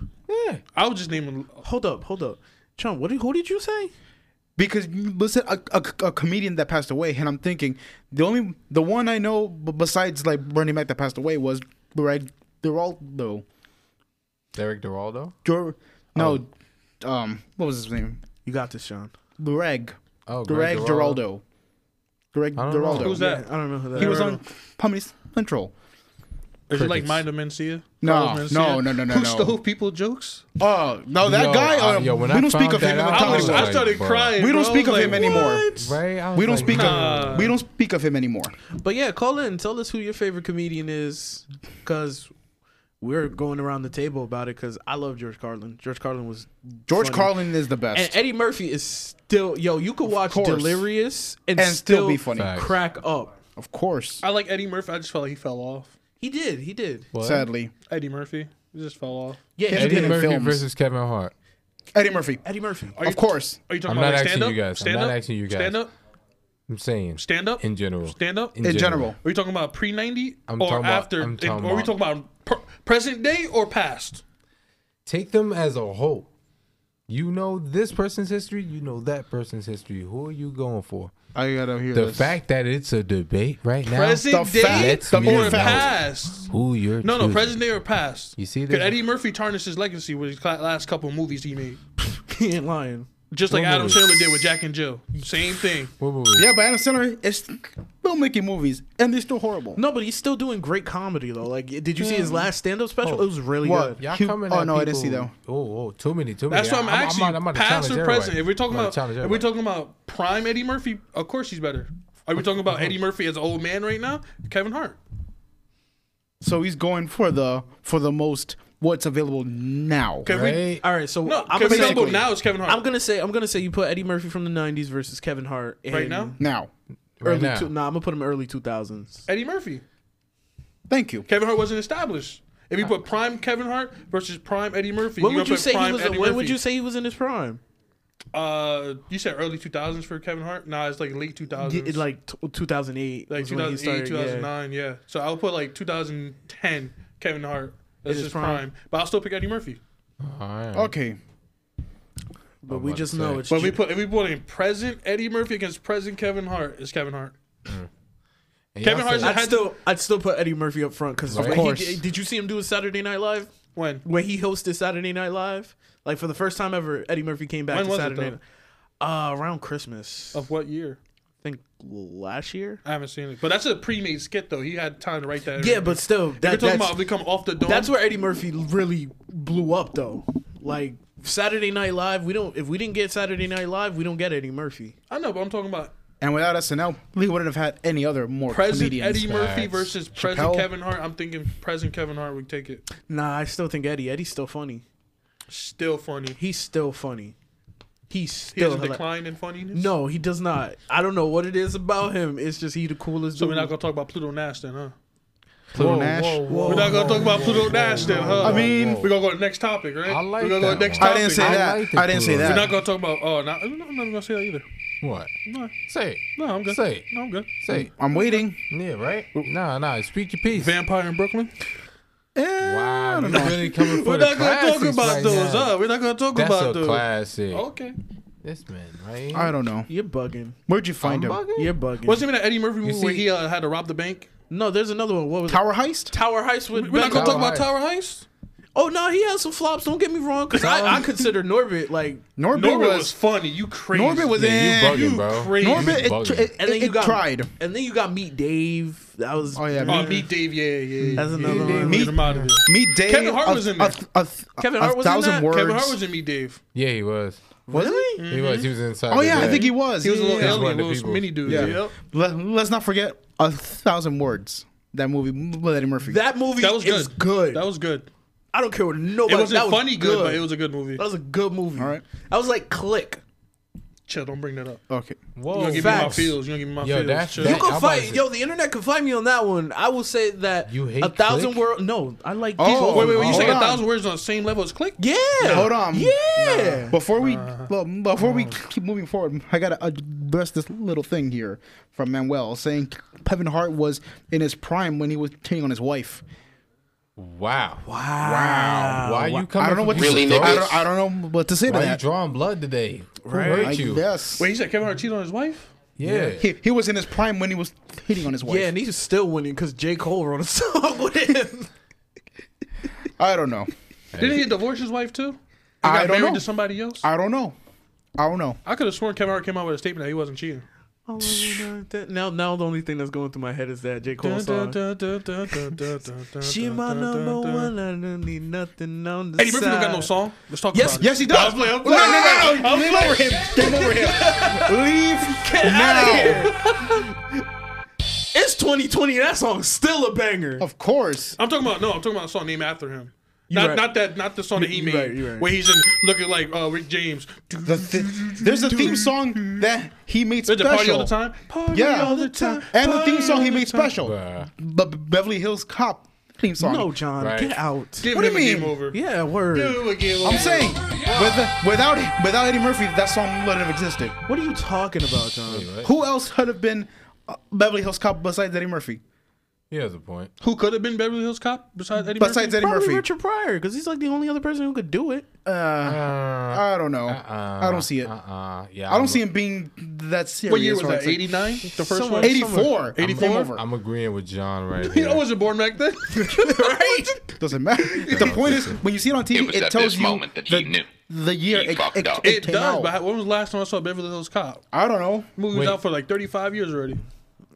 Yeah.
I was just naming.
Hold up, hold up, John. What did who did you say?
Because you listen, a, a, a comedian that passed away, and I'm thinking the only the one I know b- besides like Bernie Mac that passed away was right Geraldo.
Derek Duraldo?
Ger- no, um, what was his name?
You got this, Sean.
Greg.
Oh,
Greg Geraldo. Greg
I don't know.
Geraldo.
Who's that?
I don't know who that
He
is.
was on Comedy Central.
Is it like
Crickets.
Mind of Mencia?
No, Oh,
Carlos
no,
Mencia?
no, no, no,
Who
no.
stole people jokes?
Oh no, that
Yo,
guy.
I-
uh,
yo,
we
when I
don't speak
found
of him.
that
in
out,
the
I,
I
comedy
was,
was
store.
I
like,
started
bro.
crying.
We don't
bro.
speak
I was
of him
like,
anymore.
what?
Right? I was
We don't
like,
speak
Nah.
of we don't speak of him anymore.
But yeah, call in. Tell us who your favorite comedian is, because we're going around the table about it. Because I love George Carlin. George Carlin was
George
funny.
Carlin is the best.
and Eddie Murphy is still yo. You could watch
course.
Delirious and,
And still be funny.
Facts.
Crack up.
of course,
I like Eddie Murphy. I just felt like he fell off.
He did. He did.
What?
sadly,
Eddie Murphy he just fell off.
Yeah. he
Eddie
did.
Eddie
in
Murphy
films.
versus Kevin Hart.
Eddie Murphy.
Eddie Murphy.
Are you,
Of course,
Are you talking
I'm
about
not
like
asking
stand up?
you guys. I'm
Stand
not
up?
asking you guys.
Stand up?
I'm saying
Stand up?
in general.
Stand up?
In general.
Are you talking about pre ninety
I'm
or
talking about-
after?
I'm
or
talking
are we
about-
talking about per- present day or past?
Take them as a whole. You know this person's history. You know that person's history. Who are you going for?
I gotta hear
The
this.
fact that it's a debate right now.
Present
the fact-
day
Let's
or
move
past?
Who you're?
No, no,
choosing.
present day or past.
You see
Could
this-
Eddie Murphy tarnish his legacy with his cla- last couple of movies he made?
[laughs] He ain't lying.
Just like
What
Adam
movie?
Sandler did with Jack and Jill. Same thing.
Wait, wait, wait.
Yeah, but Adam Sandler is still making movies, and they're still horrible.
No, but he's still doing great comedy though. Like, did you see
Mm.
his last stand-up special?
Oh.
It was really
What?
good.
Y'all
He-
coming
oh,
at
no, I didn't
people-
see that one.
Oh, oh, too many, too many.
That's what I'm, actually
about to
past
challenge
or
everybody.
present. If we're talking
I'm about
about,
to challenge
if we're
everybody.
talking about prime Eddie Murphy, of course he's better. Are we talking about Eddie Murphy as an old man right now? Kevin Hart.
So he's going for the for the most what's available now.
Can we?
Right?
All right, so
No,
I'm
Kevin
gonna say,
Hart now is Kevin Hart.
I'm gonna say I'm gonna say you put Eddie Murphy from the '90s versus Kevin Hart in
right now,
Now,
Early
Right now.
two, nah, I'm gonna put him early 2000s.
Eddie Murphy.
thank you.
Kevin Hart wasn't established. If you put prime Kevin Hart versus prime Eddie Murphy,
When
you're
Uh, would
gonna
you
put
say he
prime
was?
Eddie
When would
Murphy.
you say he was in his prime?
Uh, you said early 2000s for Kevin Hart. Nah, it's like late 2000s.
Yeah, like t- 2008.
like
was when he
2008,
started, yeah.
2009. Yeah. So I'll put like 2010 Kevin Hart. That's
is
his prime.
prime.
But I'll still pick Eddie Murphy.
All right.
Okay,
But we
about
just
to
know
say.
it's.
But we
ju-
put if we put in present Eddie Murphy against present Kevin Hart is Kevin Hart.
And
Kevin
y'all
Hart's
said-
I'd still, I'd still put Eddie Murphy up front because
Of
course.
did you see him do a Saturday Night Live
When
when he hosted Saturday Night Live? Like for the first time ever, Eddie Murphy came back
When
to
was it,
Saturday.
though?
Night. Uh, around Christmas,
of what year?
I think last year.
I haven't seen it. But that's a pre-made skit though. He had time to write that.
Yeah, but still,
We're
that,
talking
that's,
about if they come off the dome.
that's where Eddie Murphy really blew up, though. Like Saturday Night Live, we don't. If we didn't get Saturday Night Live, we don't get Eddie Murphy.
I know, but I'm talking about
and without SNL, Lee wouldn't have had any other more
present
comedians.
Eddie Murphy
Facts.
versus present
Chappelle.
Kevin Hart. I'm thinking present Kevin Hart would take it.
Nah, I still think Eddie. Eddie's still funny.
Still funny.
He's still funny. He's
He
still
has a
hila-
decline in funniness.
No, he does not. I don't know what it is about him. It's just he the coolest.
So
dude.
we're not gonna talk about Pluto Nash then, huh?
Pluto Nash.
We're not gonna talk about Pluto Nash then, huh?
I mean-
we're gonna go to the next topic, right?
Oh. I like
we're gonna go
that
to the next
one.
topic.
I didn't say that.
like the
I didn't say
plurality.
We're not
that.
gonna talk about. Oh, no, I'm not gonna say that either.
What?
No,
Say it.
no, I'm good.
Say it.
No, I'm good.
Say it.
I'm waiting.
Yeah, right? Nah, nah. Speak your piece.
Vampire in Brooklyn.
wow. you really coming for
We're
the
not gonna talk
classics
about
right
those.
now.
Huh? We're not gonna talk
That's
about
a
those.
classic.
Okay.
This man, right?
I don't know.
You're bugging.
Where'd you find him?
Bugging?
You're bugging.
Wasn't even that Eddie Murphy movie where
see-
he uh, had to rob the bank?
no, there's another one. What was
Tower heist?
it? Tower Heist with
We're not
Beckham?
gonna talk about
Tower
Tower Heist.
Oh no, he has some flops. Don't get me wrong, because I, I consider Norbit like.
Norbit,
Norbit was,
was.
funny. You crazy.
Norbit was
Yeah,
in.
you bugging, bro.
crazy.
You
Norbit, it,
bugging.
it, it,
And then you got
tried.
And then you got Meet Dave. That was.
Oh, yeah.
Oh, meet Dave. Yeah, yeah. yeah,
That's
yeah,
another
yeah,
one.
yeah.
Meet-
Get him out of there.
Meet Dave.
Kevin Hart
a-
was in
a-
there.
a- a-
Kevin
a
Hart was in
thousand
that?
words.
Kevin Hart was in Meet Dave.
Yeah, he was.
Really?
He was. He was inside.
Oh
the
yeah, I
bag.
think he was.
He was a little
He's
yeah.
one
alien,
of the
little
people.
mini dude.
Yeah.
Yep.
Let, us not forget a thousand words. That movie with Eddie Murphy.
That movie
That was good.
is good.
That was good.
I don't care what nobody.
It wasn't
that was
funny good, but it was a good movie.
That was a good movie. All
right.
That was like Click.
Chill, don't bring that up.
okay.
You
Whoa.
gonna give
facts.
me my feels? You gonna give me my
Oh, Yo,
feels?
that's-
Chill.
that-
You can
I'm about to
fight,
say-
yo. The internet can fight me on that one. I will say that
You hate
a thousand
Click?
world. No, I like.
Oh,
Wait, wait, wait. You
Hold
saying a
on.
thousand words on the same level as click?
yeah.
Hold on.
Yeah.
Before we well, before we keep moving forward, I gotta address this little thing here from Manuel saying Kevin Hart was in his prime when he was cheating on his wife.
Wow. Wow. Wow. Why are you coming?
I don't know
from
what
these
to,
stories?
I, don't, I don't know what to say to
Why you
that.
drawing blood today? Right. Who
I
hurt you?
guess.
Wait, he said Kevin Hart cheated on his wife.
Yeah.
He, he was in his prime when he was hitting on his wife.
Yeah, and he's still winning because J. Cole wrote a [laughs] song with him.
I don't know.
Didn't he divorce his wife too? He got
I don't
married
know.
to somebody else. I,
I don't know. I don't know.
could have sworn Kevin Hart came out with a statement that he wasn't cheating.
now, now the only thing that's going through my head is that J. Cole song.
[laughs]
She my number one. I don't need nothing on the
Eddie Murphy don't got no
side.
song. Let's talk
Yes,
about
Yes, he does.
I'll play- I'll play-
no, no, no, Leave over him. Game over him. Leave
[laughs]
now.
It's 2020. That song's still a banger.
Of course.
it. I'm talking about no. I'm talking about a song named after him.
You
Not,
right.
not that, not the song that he
you
made,
right, you right.
where he's in looking like uh, Rick James. Dude,
The thi- there's a theme song that he made
There's
special.
a party all the time. Party
Yeah.
all the time.
And the
party
theme song he
all the
made
time.
special.
Bruh.
Be- Beverly Hills Cop theme song.
No, John,
Right.
get out.
Give
What do
him
you
a game
mean?
over.
Yeah, word.
Give him a game
I'm
over.
saying With, without without Eddie Murphy, that song wouldn't have existed.
What are you talking about, John?
Who else could have been uh, Beverly Hills Cop besides Eddie Murphy?
He has a point.
Who could have been Beverly Hills Cop besides Eddie Murphy?
Besides Eddie
Probably
Murphy,
Richard Pryor, because he's like the only other person who could do it.
Uh-uh.
I don't know. I don't see it.
Uh, yeah.
I don't see him being that serious.
What year was
or
that?
it's like-
Eighty nine. The first
Somewhere-
one.
Eighty-
84.
I'm- 84?
Game over.
I'm agreeing with John
[laughs]
right
You
here.
know, I wasn't born back then. [laughs] right?
Doesn't matter. [laughs] the point is, when you see it on TV,
was
it,
at
tells
this
you
moment that he
the,
knew.
the year
He
it,
fucked
it,
up.
it
It
came
does.
out.
But when was the last time I saw Beverly Hills Cop?
I don't know.
Movie was
Wait.
out for like thirty five years already.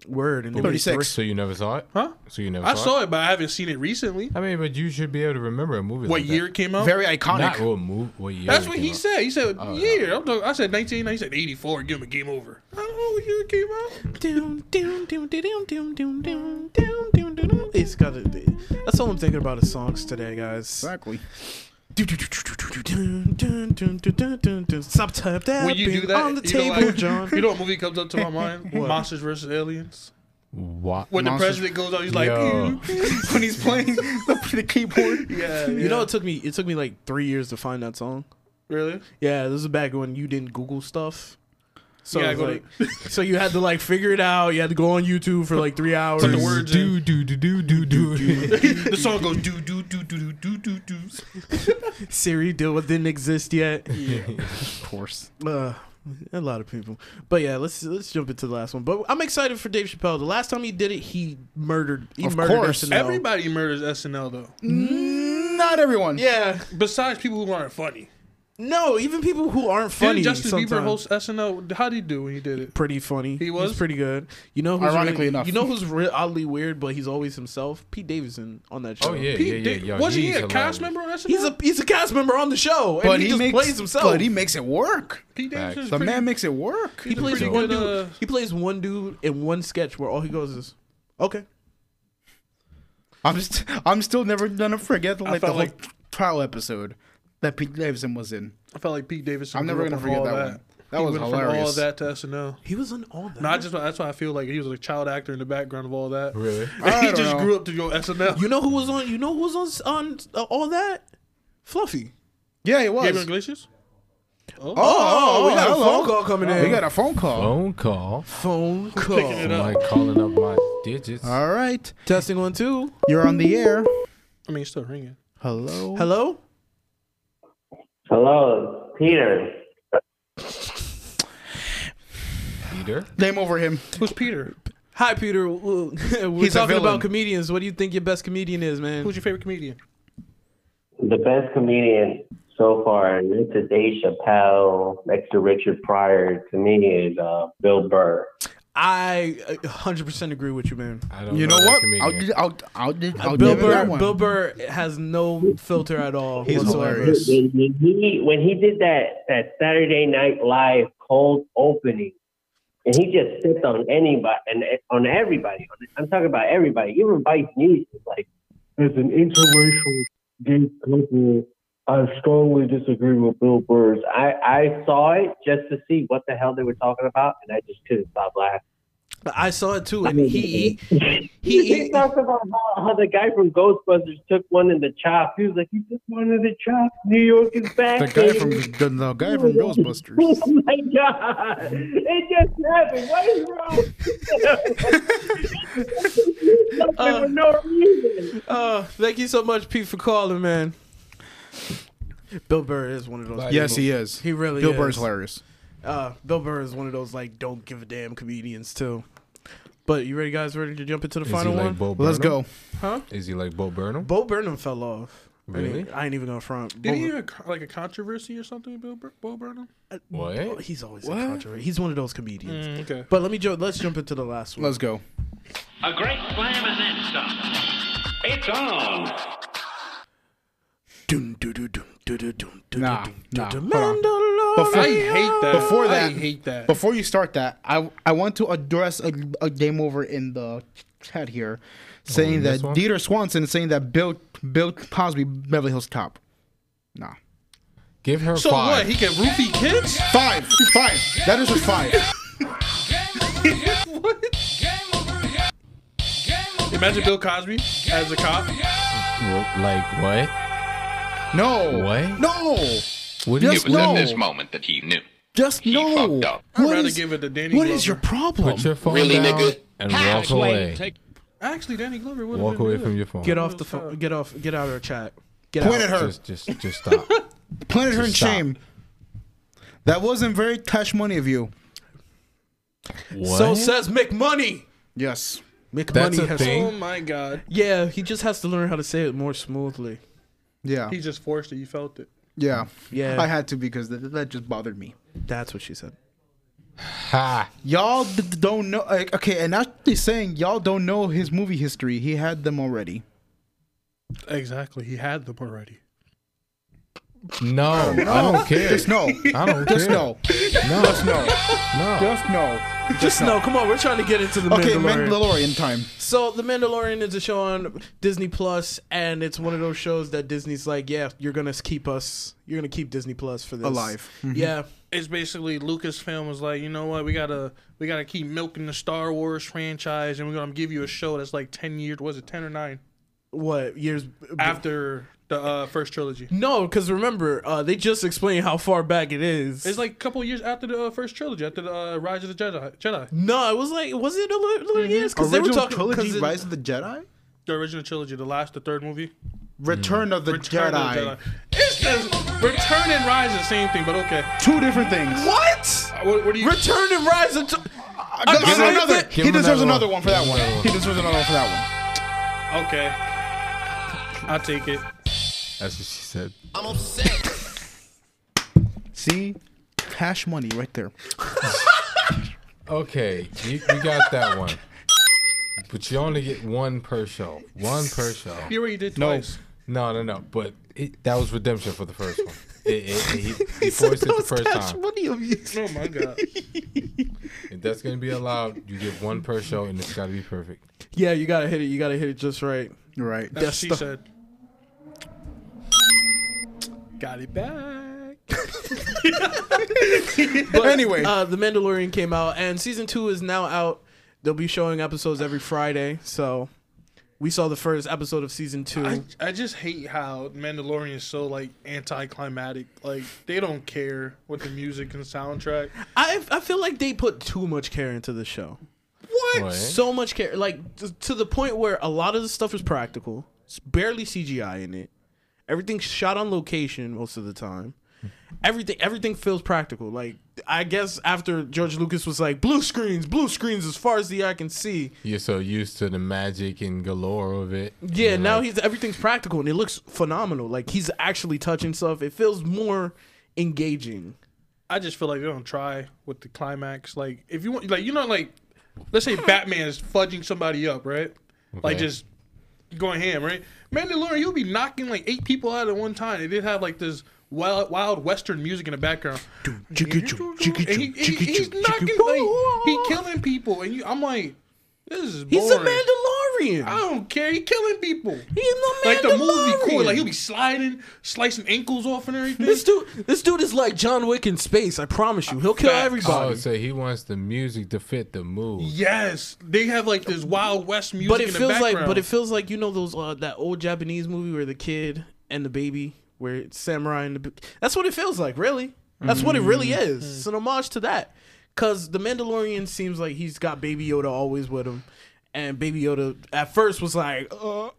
Word. And
36.
So you never saw it?
Huh?
So you never
I
saw,
saw it, but I haven't seen it recently.
I mean, but you should be able to remember a movie.
What
like
year it came out?
Very
That. Not
iconic.
what move. What year?
That's
it
what
came
he
out.
said. He said year. I'm talking, I said 19. He said 84. Give him a game over. I don't know what year it came out.
It's got to That's all I'm thinking about is songs today, guys.
Exactly.
Stop tap
When you do
tapping
that,
on the
you know,
table, [laughs]
like-
John.
You know what movie comes up to my mind? Monsters versus Aliens.
What?
When the
Monsters-
president goes out, he's like,
Yo.
when he's playing [laughs] the,
[laughs]
the keyboard.
[laughs] yeah,
You know, it took me it took me like three years to find that song.
really?
Yeah, this is back when you didn't Google stuff. So
Yeah,
it was
I
like, [laughs] so you had to like figure it out. You had to go on YouTube for like three hours.
the words
Do do do do do do.
the song goes do do do do do do do do.
Siri deal what didn't exist yet.
Of course.
Uh, a lot of people. But yeah, let's let's jump into the last one. But I'm excited for Dave Chappelle. The last time he did it, he murdered. He
Of
murdered
course.
SNL.
Everybody murders SNL though.
Not everyone.
Yeah.
Besides people who aren't funny.
No, even people who aren't funny.
Didn't Justin Bieber
sometimes.
host SNL? How did he do when he did it?
pretty funny.
He was?
He's pretty good. You know, who's
Ironically
really-
enough.
you know who's re- oddly weird, but he's always himself. Pete Davidson on that show.
Oh yeah, yeah,
He
yeah.
did-
Yo,
wasn't he
he's
a
hilarious.
cast member on SNL?
He's a he's a cast member on the show, and
But
he,
he,
just
makes,
plays himself.
But he makes it work.
Pete Davidson's
The
pretty-
man makes it work.
He plays
pretty
one
good,
dude.
uh,
He plays one dude in one sketch where all he goes is, "Okay."
I'm just, I'm still never gonna forget like the
felt
whole
like-
trial episode that Pete Davidson was in.
I felt like Pete Davidson.
I'm
grew
never
up
gonna
on
forget
all
that, one. That was
he went from all
hilarious.
of that to SNL.
He was on all that.
No, I just that's why I feel like he was a child actor in the background of all that.
Really?
I
[laughs] he
don't
just
know.
grew up to go SNL.
you know who was on? You know who was on on uh, all that? Fluffy.
Yeah, it was.
Gabriel Iglesias?
Oh, we got a
hello.
phone call coming in.
We got a phone call.
Phone call.
phone
Picking
call.
it up.
Like calling up my digits.
All right,
Testing one two.
you're on the air.
I mean, it's still ringing.
Hello.
Hello.
Hello, Peter.
Peter.
Name over him.
Who's Peter?
Hi, Peter. We're
He's a
talking
villain.
about comedians. What do you think your best comedian is, man?
Who's your favorite comedian?
The best comedian so far next to Dave Chappelle, next to Richard Pryor, to me is uh, Bill Burr.
I uh, 100% agree with you, man.
I don't
You know
that
what?
comedian.
I'll I'll I'll, I'll,
Bill
give him
Burr,
that one.
Bill Burr has no filter at all
He's
whatsoever.
hilarious.
When when he when he did that that Saturday Night Live cold opening, and he just sits on anybody and on everybody. I'm talking about everybody, even Vice News. is Like, as an interracial gay couple, I strongly disagree with Bill Burr's. I I saw it just to see what the hell they were talking about, and I just couldn't stop laughing.
I saw it too, and
[laughs]
he
He,
he-
talked about how, how the guy from Ghostbusters took one in the chop. He was like, "You took one in the chop. New York is back."
The guy
baby."
from the, the guy from Ghostbusters.
[laughs] Oh my god! It just happened. What
[laughs]
is [laughs] wrong? For no reason.
[laughs] Uh, thank you so much, Pete, for calling, man. Bill Burr is one of those.
Yes, he is.
He really
Bill
is.
Burr's hilarious.
Uh, Bill Burr is one of those like don't give a damn comedians too. But you ready, guys? Ready to jump into the
Is
final
he
one?
like Bo
Let's
Burnham?
go.
Is he like Bo Burnham?
Bo Burnham fell off. I ain't-
Really?
I ain't even gonna front.
Did
Bo-
he have a co- like a controversy or something, Bill Bur- Bo Burnham?
Bo-
What?
He's always a controversy. He's one of those comedians.
Mm, okay.
But let me jump. Let's jump into the last one.
Let's go.
A great slam and then some. It's on.
Dun, dun, dun, dun, dun, dun, dun, dun,
Nah,
dun,
nah,
dun,
hold on.
Mandalorian.
Before-
I hate that.
Before that,
I hate that.
Before you start that, I I want to address a, a game over in the chat here, saying that
this one?
Dieter Swanson is saying that Bill Bill Cosby Beverly Hills Cop. Nah,
Give her
so
five.
what? He can roofie kids?
five, five. That is a five.
what? Imagine Bill Cosby as a cop.
Wh- Like what?
No,
What?
No,
it was at this moment that he knew.
Just
no. Fucked up.
I'd rather give it to Danny
what
Glover.
is your
problem?
Put your phone
Really,
down
nigga?
and
Ha,
walk
just
away.
wait.
Take- Actually, Danny Glover would
Walk away from your phone.
Get off the phone. Get off. Get out of her chat. Get
Point
out.
at her.
Just, just, just stop.
Planet her in
Just stop.
shame. That wasn't very cash money of you.
So says McMoney.
Yes.
McMoney
a
has.
thing?
Oh my god.
Yeah, he just has to learn how to say it more smoothly.
Yeah.
He just forced it. You felt it.
Yeah.
Yeah.
I had to because that, that just bothered me.
That's what she said.
Ha.
Y'all d- d- don't know. Like, okay, and actually saying y'all don't know his movie history. He had them already.
Exactly. He had them already.
No, I don't care.
Just no.
I don't
Just
care.
no.
No.
Just no.
No.
Just no.
Just no. Come on, we're trying to get into the
Okay,
Mandalorian.
Mandalorian time.
So the Mandalorian is a show on Disney Plus, and it's one of those shows that Disney's like, yeah, you're gonna keep us, you're gonna keep Disney Plus for this
Alive. Mhm.
Yeah,
It's basically Lucasfilm was like, you know what, we gotta we gotta keep milking the Star Wars franchise, and we're gonna give you a show that's like ten years. Was it ten or nine
what years b-
after the uh, first trilogy?
No, because remember, uh, they just explained how far back it is.
It's like a couple years after the uh, first trilogy, after the uh, Rise of the Jedi. Jedi.
no, it was like, was it a little,
Mm-hmm.
little years? Because they
Original
were talking
trilogy,
'cause it-
Rise of the Jedi,
The original trilogy, the last, the third movie.
Return of the
Return of the
Jedi.
Jedi. It's just Return and Rise is the same thing, but okay.
Two different things.
What?
Uh, What, what do you?
Return and Rise of. T-
Give him
sorry,
another.
but-
He deserves another one for that one. He deserves another one for that one.
Okay. I'll take it.
That's what she said.
I'm upset.
See, cash money right there.
Okay, you, you got that one. But you only get one per show. One per show.
You already did
No.
twice.
No, no, no. But it, that was redemption for the first one. It, it,
[laughs]
it- he he forced it the first time.
money of you.
Oh my god.
If that's going to be allowed, you get one per show and it's got to be perfect.
Yeah, you gotta hit it. You gotta hit it just right.
Right.
[laughs] That's what
That's
she
the-
said. Got it back.
But
Anyway.
uh, the Mandalorian came out, and season two is now out. They'll be showing episodes every Friday, so we saw the first episode of season two.
I, I just hate how Mandalorian is so like anticlimactic. Like they don't care with the music and soundtrack.
I I feel like they put too much care into the show.
What?
Right?
So much care, like t- to the point where a lot of the stuff is practical. It's barely CGI in it. Everything's shot on location most of the time. Everything everything feels practical. Like I guess after George Lucas was like blue screens, blue screens as far as the eye can see.
You're so used to the magic and galore of it.
Yeah,
You're
now
like,
he's everything's practical and it looks phenomenal. Like he's actually touching stuff. It feels more engaging.
I just feel like they don't try with the climax. Like if you want, like you know, like let's say Batman is fudging somebody up, right? Like
Okay.
just going ham, right? Mandalorian, you'll be knocking like eight people out at one time. They did have like this wild, wild Western music in the background.
Chicka-choo,
And he,
chicka-choo,
he- he's
chicka-choo,
knocking,
chicka-
like, he killing people, and you, I'm like, this is boring.
He's a Mandalorian.
I don't care. He killing people.
He's a Mandalorian.
Like the movie, cool. Like he'll [laughs] be sliding, slicing ankles off and everything.
This dude, this dude is like John Wick in space. I promise you, he'll kill
Facts.
Oh,
everybody.
so he wants the music to fit the mood.
Yes, they have like this Wild West music.
But it
in the
feels like,
background.
but it feels like you know those uh, that old Japanese movie where the kid and the baby, where it's samurai and the. b- That's what it feels like, really. That's what it really is. It's an homage to that, because the Mandalorian seems like he's got Baby Yoda always with him, and Baby Yoda at first was like, uh, uh,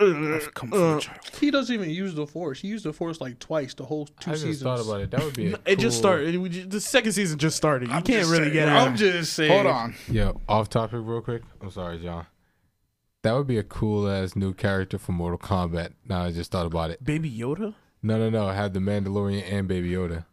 uh, uh.
he doesn't even use the force. He used the force like twice the whole two
I just
seasons.
thought about it. That would be. A
It just
cool-
started. It, we ju- the second season just started. You can't really get um, out.
I'm just saying.
Hold on.
Yeah, off topic, real quick. I'm sorry, John. That would be a cool ass new character for Mortal Kombat. Now I just thought about it.
Baby Yoda.
No, no, no. Have the Mandalorian and Baby Yoda.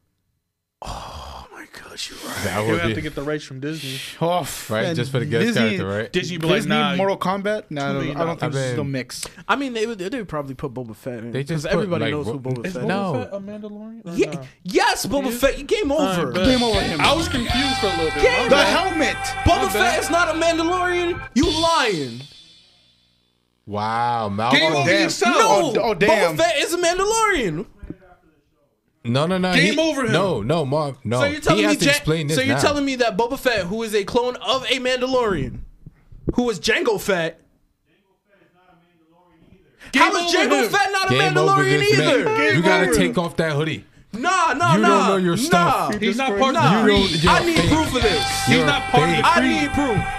Oh my gosh, you're right.
That
He'll
would
have
be
to get the rights from Disney.
Off.
Right, just for the guest character, right?
Disney, be like,
Disney
nah.
Mortal Kombat? No, I
million
don't, I don't
dollars.
think this is
I
the
mean-
mix.
I mean, they would they would probably put Boba Fett in
They
because
just put,
everybody
like,
knows who
Ro-
Boba
Is
Fett
Boba
is.
No.
Fett a Mandalorian? Or
Yeah,
no?
yes, Boba Fett. You came
All
over.
right, bet.
Game over him.
I was confused for a little bit.
Game
My
The
bad.
helmet.
Boba
bad.
Fett is not a Mandalorian. You lying?
Oh, Wow,
Game
Malcolm.
over
damn.
yourself.
No.
Oh, oh, damn.
Boba Fett is a Mandalorian.
No, no, no.
Game over him.
No, no, Mark. No.
So you're telling
he
me?
has to
Jan-
explain this
so you're
now.
telling me that Boba Fett, who is a clone of a Mandalorian, who was Jango Fett. How
Game
is
over
Jango
him.
Fett not a
Game over
Mandalorian
this man.
either?
You gotta
over.
take off that hoodie.
Nah, nah,
You don't
nah.
know your stuff.
Nah.
He's not
Nah.
part of the
Nah.
creed. You're
I need
fake.
proof of this.
He's You're not part of the fake.
I
creed.
need proof.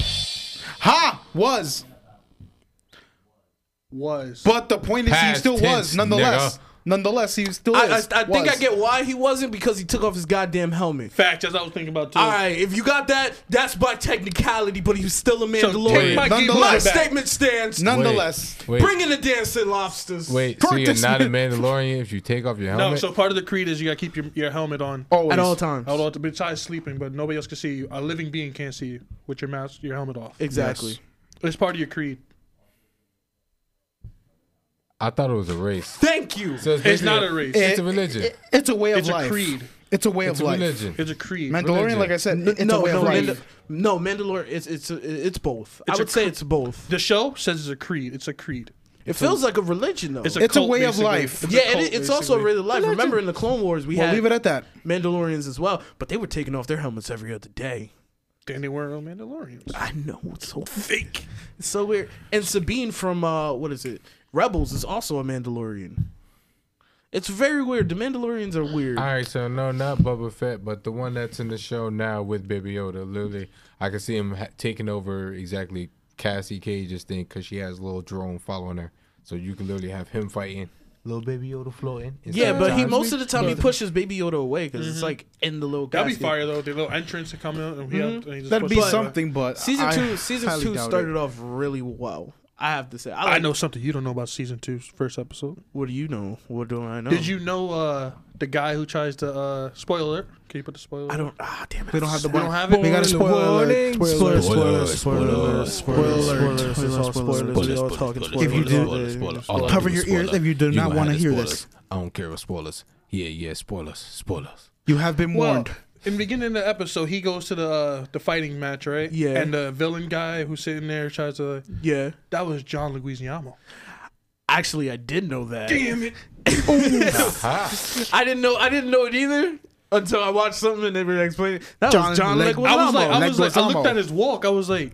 Ha was.
Was.
But the point is, he
Past
still was.
tense,
Nonetheless,
nigga.
nonetheless, he still
I, I, I
is.
think I
Was.
get why he wasn't because he took off his goddamn helmet.
Fact, as I was thinking about too.
All right, if you got that, that's by technicality, but he was still a
So
Mandalorian.
take my
my,
Nonetheless- back.
statement stands.
Nonetheless. Wait, wait.
bring in the dancing lobsters.
Wait, so you're not a Mandalorian if you take off your helmet?
No, so part of the creed is you gotta keep your, your helmet on
Always.
At all times.
At all- besides sleeping, but nobody else can see you. A living being can't see you with your mask, your helmet off.
Exactly. Yes.
It's part of your creed.
I thought it was a race.
Thank you.
So
It's
basically
not a race.
It's a religion.
It- it's a way of
It's a
life.
creed.
It's a way
It's
of
a
life.
religion.
It's a creed.
Mandalorian,
Religion.
like I said,
N-
it- it's
no,
a way
no,
of life.
Manda- no, Mandalorian. It's it's it's both.
It's
I would
a
say
cre-
it's both.
The show says it's a creed. It's a creed.
It feels like a religion though.
It's a It's a cult, way of basically. life. It's a
yeah,
cult,
it, it's also a
basically.
way of life.
Religion.
Remember in the Clone Wars, we
We'll
had
leave it at that.
Mandalorians as well, but they were taking off their helmets every other day.
Then they were Mandalorians.
I know it's so fake. It's so weird. And Sabine from uh, what is it? Rebels is also a Mandalorian. It's very weird. The Mandalorians are weird.
All right, so no, not Boba Fett, but the one that's in the show now with Baby Yoda. Literally, I can see him ha- taking over exactly Cassie Cage's thing because she has a little drone following her. So you can literally have him fighting little Baby Yoda floating. and
yeah, but he
sometimes
most
we-
of the time he
but-
pushes Baby Yoda away because it's like in the little.
Mm-hmm. That'd be
casket.
fire though. The little entrance to come out and he,
Mhm.
and he just
That'd
push
be
it away.
something, but
Season
I
two, season
highly
two
doubt
started
it.
off really well. I have to say, I,
I
like-
know something you don't know about season two's first episode.
What do you know? What do I know?
Did you know uh, the guy who tries to uh, spoil alert? Can you put the spoiler?
I don't. Ah, damn it!
They don't have the
We don't
button.
have it.
They got a spoiler alert. Spoiler alert.
Spoilers, spoilers, spoilers, spoilers, it's all spoilers. We all talking spoilers.
If you do- Cover your ears if you do not
gonna
wanna
have the
hear
spoilers.
this.
I don't care about spoilers. Yeah, yeah, spoilers, spoilers.
You have been
Well,
warned.
in the beginning of the episode, he goes to the uh, the fighting match, right?
Yeah.
And the villain guy who's sitting there tries to.
Yeah,
That was John Leguizamo.
actually, I did know that.
Damn it!
[laughs] I didn't know. I didn't know it either until I watched something and they were explaining. it. That
John
was John
Leg-
Leguizamo.
I was like, I was like, I
Leguizamo.
looked at his walk. I was like,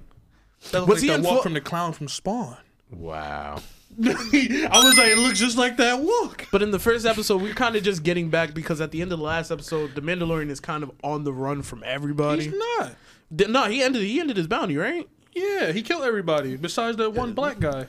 that
Was
was
he
like
in
that walk
Fo-
from the clown from Spawn.
[laughs] Wow. [laughs]
[laughs] I was like, it looks just like that walk.
But in the first episode, we're kind of just getting back because at the end of the last episode, the Mandalorian is kind of on the run from everybody.
He's not.
Th- No, he ended. He ended his bounty, right?
Yeah, he killed everybody besides that one black guy.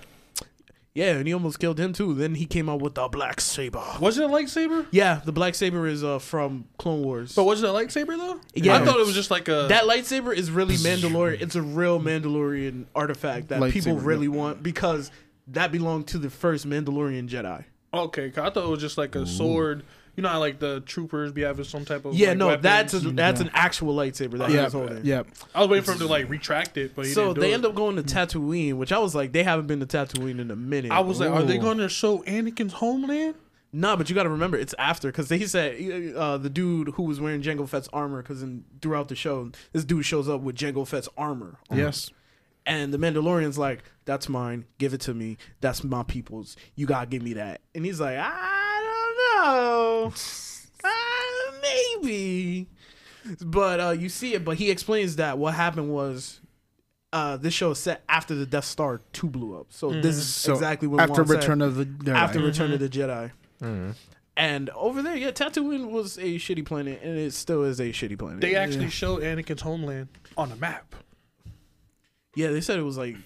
Yeah, and he almost killed him too. Then he came out with the black saber.
Was it a lightsaber?
Yeah, the black saber is uh, from Clone Wars.
But was it a lightsaber though?
Yeah.
I thought it was just like a.
That lightsaber is really Mandalorian. It's a real Mandalorian artifact that people
Lightsaber,
really want because that belonged to the first Mandalorian Jedi.
okay, 'cause I thought it was just like a sword. You know, how, like the troopers be having some type of.
Yeah,
like,
no,
weapons?
that's a, that's an actual lightsaber that he was holding.
Yep.
I was waiting for him to like retract it, but he
So
didn't do
they
it. Mm-hmm.
end up going to Tatooine, which I was like, they haven't been to Tatooine in a minute.
I was like, are they
Ooh.
going to show Anakin's homeland?
Nah, but you got to remember, it's after because they said uh, the dude who was wearing Jango Fett's armor, because throughout the show, this dude shows up with Jango Fett's armor.
Yes.
And the Mandalorian's like, that's mine. Give it to me. That's my people's. You got to give me that. And he's like, I don't
[laughs]
know. Uh, maybe. But uh, you see it. But he explains that what happened was uh, this show is set after the Death Star 2 blew up. So this is
Mm-hmm. So
exactly what
after
Juan said.
Return of the Jedi. Mm-hmm.
After Return of
Mm-hmm.
the Jedi. And over there, yeah, Tatooine was a shitty planet, and it still is a shitty planet.
They actually
yeah.
showed Anakin's homeland on a map.
yeah, they said it was like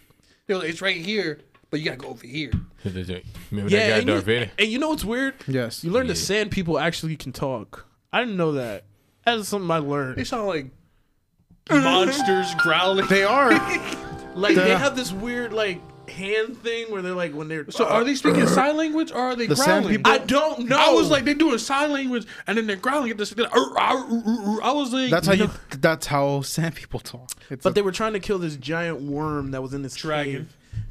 They were like, it's right here, but you gotta go over here.
Remember
yeah,
that guy
and,
Darth
you,
Vader?
and you know what's weird?
Yes.
You learn the sand people actually can talk. I didn't know that. That's something I
They
learned.
sound [laughs] like monsters growling.
They are.
Like they
Yeah.
have this weird like hand thing where they're like when they're
So are they speaking sign language or are they
The
growling?
sand people-
I don't know.
I was like, they doing sign language and then they're growling at this. they're like, "Arr, arr, arr, arr, arr." I was like,
That's how you.
no.
[laughs] That's how sand people talk. It's
but
a,
they were trying to kill this giant worm that was in this
Dragon.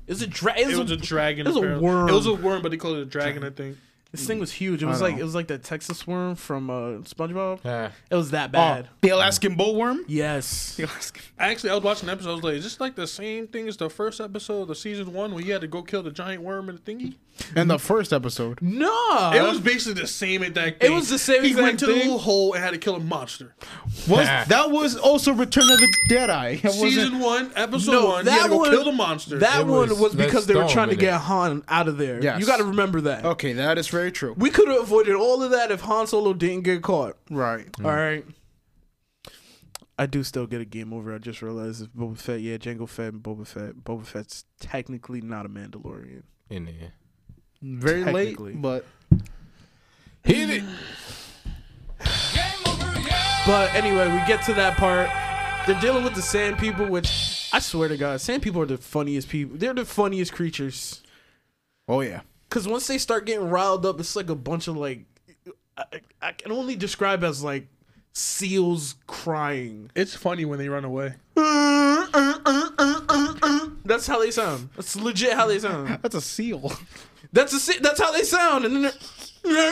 It's a dragon.
It was a dragon.
It was a
apparently.
worm.
It was a worm, but they called it a dragon, I think.
this thing was huge. It was like it was like that Texas worm from uh, SpongeBob.
Yeah.
It was that
Oh,
bad.
the Alaskan bullworm.
Yes.
The Alaskan. [laughs]
Actually, I was watching the episode. I was like, is this like the same thing as the first episode of the season one where you had to go kill the giant worm and the thingy?
And the first episode.
No.
It was basically the same exact thing.
was the same
He
exact
went to the
thing.
little hole and had to kill a monster.
Was that was also Return of the Jedi? It wasn't-
Season one, episode
No,
one, he had
that
to go
one-
kill the monster.
That
It
one
was
was because
Let's
they were
Storm
trying to
in
get
it.
Han out of there.
Yes.
You got to remember that.
Okay, that is very very true.
We could have avoided all of that if Han Solo didn't get caught.
Mm.
Right.
All right. I do still get a game over. I just realized it's Boba Fett. Yeah, Jango Fett and Boba Fett. Boba Fett's technically not a Mandalorian.
In there.
Very late, but
hit it.
But anyway, we get to that part. They're dealing with the sand people, which I swear to God, sand people are the funniest people. They're the funniest creatures.
Oh yeah.
Because once they start getting riled up, it's like a bunch of like, I, I can only describe as like seals crying.
It's funny when they run away.
That's how they sound. That's legit how they sound.
That's a seal. [laughs]
That's a se- that's how they sound, and then they're.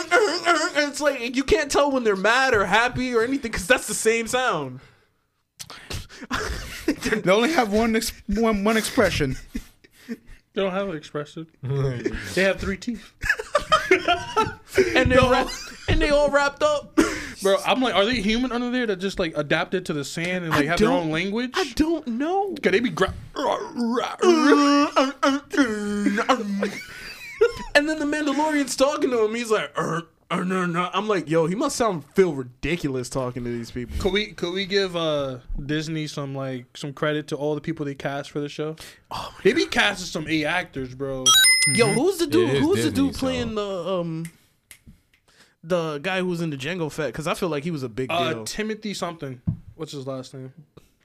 And it's like you can't tell when they're mad or happy or anything because that's the same sound.
they only have one ex- one, one expression.
They don't have
[laughs]
an expression. they have three teeth.
and they wrap, and they all wrapped up.
Bro, I'm like, are they human under there that just like adapted to the sand and like
I
have their
don't-
own language?
I don't know.
Could they be gra-
And then the Mandalorian's talking to him. He's like, "Er, er, no, no." I'm like, yo, he must sound feel ridiculous talking to these people.
Could we could we give uh Disney some like some credit to all the people they cast for the show? they be casting some A actors, bro.
Yo, who's the dude?
Mm-hmm. It is
who's the
Disney,
dude playing the um the guy who's in the Django Fett? Because I feel like he was a big
Uh,
deal.
Timothy something. What's his last name?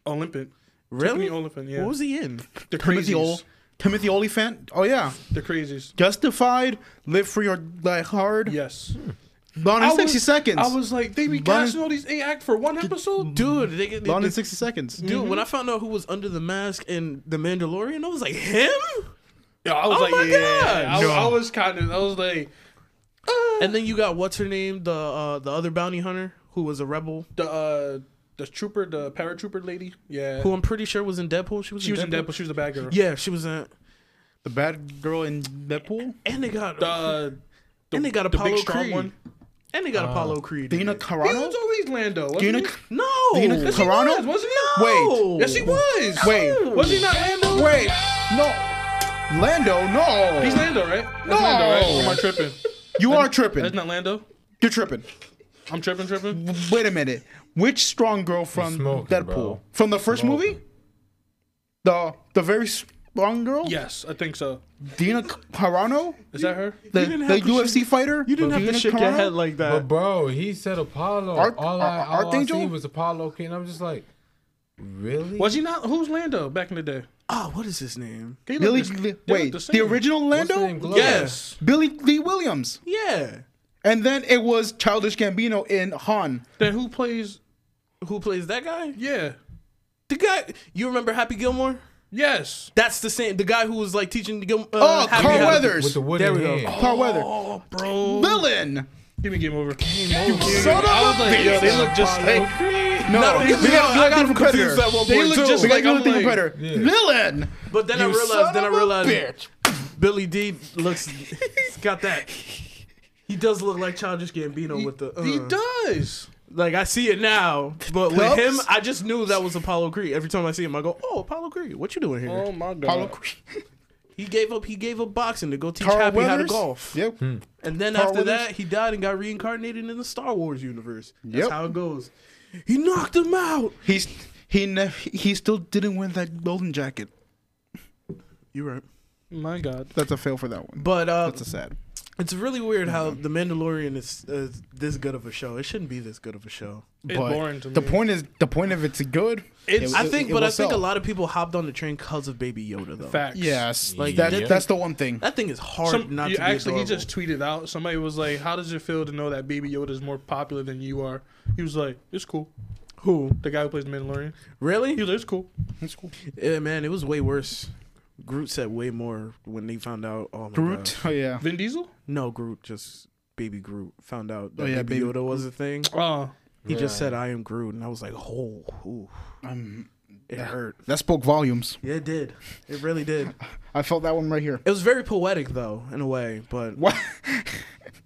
Olympic.
really?
Timothy Olyphant, yeah.
What was he in?
The
Timothy Ol-
crazies.
Timothy Olyphant. Oh yeah.
The crazies.
Justified. Live free or die hard.
Yes.
Gone in
I was-
sixty seconds.
I was like, they be
Bun-
casting all these A act for one episode?
Dude, they, they, [laughs]
Gone
they-
in sixty seconds. Mm-hmm.
dude. When I found out who was under the mask in the Mandalorian, I was like, him.
Yeah, I was
Oh
like,
my
yeah.
God.
I, I was kind of, I was like, uh,
And then you got what's her name, the uh, the other bounty hunter who was a rebel,
the uh, the trooper, the paratrooper lady. Yeah,
who I'm pretty sure was in Deadpool. She was.
she
in
was in
Deadpool.
Deadpool. She was the bad girl.
Yeah, she was in.
The bad girl in Deadpool.
And they got
The,
and they got
the
Apollo
big strong
Creed.
one.
And they got Apollo Creed. in
Uh, Dina
it.
He
Carano.
was always Lando. Wasn't
Dina.
he?
no.
Dina
Yes, he
Carano.
was, wasn't he?
No.
Wait.
Yes, he was.
Wait.
was he not Lando?
Wait. No. Lando. No.
He's Lando, right? That's
No.
Lando, right? Or am I tripping?
you are
That's
tripping.
not Lando.
You're tripping.
I'm tripping, tripping.
Wait a minute. Which strong girl from
smoking,
Deadpool?
bro.
From the first movie? The the very strong girl?
Yes, I think so.
Dina Carano?
Is that her?
The,
didn't
the
have to
UFC fighter?
You didn't have to
Dina
shake your
Carano?
head like that.
But bro, he said Apollo.
Arch-
all I,
Ar-
all I
Archangel?
seen was Apollo Creed. And I'm just like, really?
Was he not? Who's Lando back in the day?
Ah, what is his name?
They
Billy,
look
Lee-
the- they look
wait,
the
the,
same.
original
What's the name?
Lando?
Glow?
Yes.
Billy Lee Williams.
Yeah.
And then it was Childish Gambino in Han.
Then who plays?
Who plays that guy?
Yeah.
The guy you remember Happy Gilmore?
Yes.
That's the same. The guy who was like teaching the Gil- uh,
Oh,
Happy
Carl
how to-
Weathers.
With the wooden
There we go.
hand.
Carl Weather.
Oh, bro.
Villain!
Give me game over.
Son of
I was
a
like, yo, they
bitch.
look just like.
No,
No,
we
no,
gotta do
I
a
got him
different predator.
confused at one
They
point
look
too.
just
We gotta
like
do
I'm
a different
like,
predator. Villain!
But then I
You
realized.
son
Then I
of a
realized.
bitch.
Billy D looks. he's got
[laughs]
that. He does look like Childish Gambino with the. Uh,
He does.
Like I see it now, but with
Cubs?
him, I just knew that was Apollo Creed. Every time I see him, I go, "Oh, Apollo Creed, what you doing here?"
Oh
Um,
my god.
Apollo Creed.
he gave up. He gave up boxing to go teach
Carl
Happy how to
Weathers?
golf.
Yep.
And then
Carl
after
Weathers?
that, he died and got reincarnated in the Star Wars universe. That's
Yep.
how it goes. He knocked him out.
He's he ne- he still didn't win that golden jacket.
You're right.
My god.
That's a fail for that one.
But uh,
That's a Mm-hmm. sad.
it's really weird how The Mandalorian is uh, this good of a show. It shouldn't be this good of a show.
It's
but
boring to me.
the point is the point of it's good.
It's-
I think, but I think a lot of people hopped on the train because of Baby Yoda, though.
Facts.
Yes,
Like,
that,
yeah.
that's the one thing.
That thing is hard
Some,
not
you
to
actually,
be
he
adorable.
just tweeted out. Somebody was like, "How does it feel to know that Baby Yoda is more popular than you are?" He was like, "It's cool."
who
The guy who plays Mandalorian.
really?
He was like, "It's cool."
Yeah, man, it was way worse. Groot said way more when they found out. Oh my God.
Groot. Oh yeah.
Vin Diesel.
No, Groot just baby Groot found out that
Oh, yeah,
baby
baby
Yoda was a thing.
Oh,
He just said, "I am Groot," and I was like, "Oh, ooh. it hurt."
Um, That spoke volumes.
Yeah, it did. It really did.
I felt that one right here.
It was very poetic, though, in a way. But
What?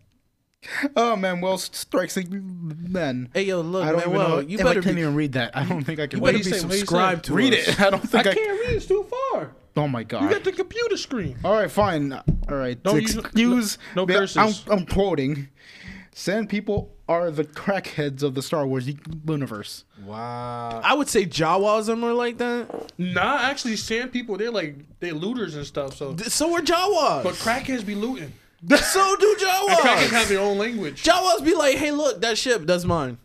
[laughs] oh man, well strikes like men.
hey, yo, look,
I
Oh, man.
don't even know.
Well, you
if
better
I can't
be,
even read that. I don't think I can
you
read
better be
What'd he say? What'd he say?
subscribed to
Read
us.
it. I don't
I
think I,
can't read. It's too far.
Oh my
You got
god.
the computer screen.
All right, fine. All right.
Don't use-
excuse.
no- no
me.
curses.
I'm, I'm quoting. Sand people are the crackheads of the Star Wars universe.
Wow.
I would say Jawas are more like that.
Nah, actually, sand people, they're like, they looters and stuff, so.
So are Jawas.
But crackheads be looting.
so do
And crackheads have
Jawas.
their own language.
Jawas be like, hey, look, that ship, that's mine.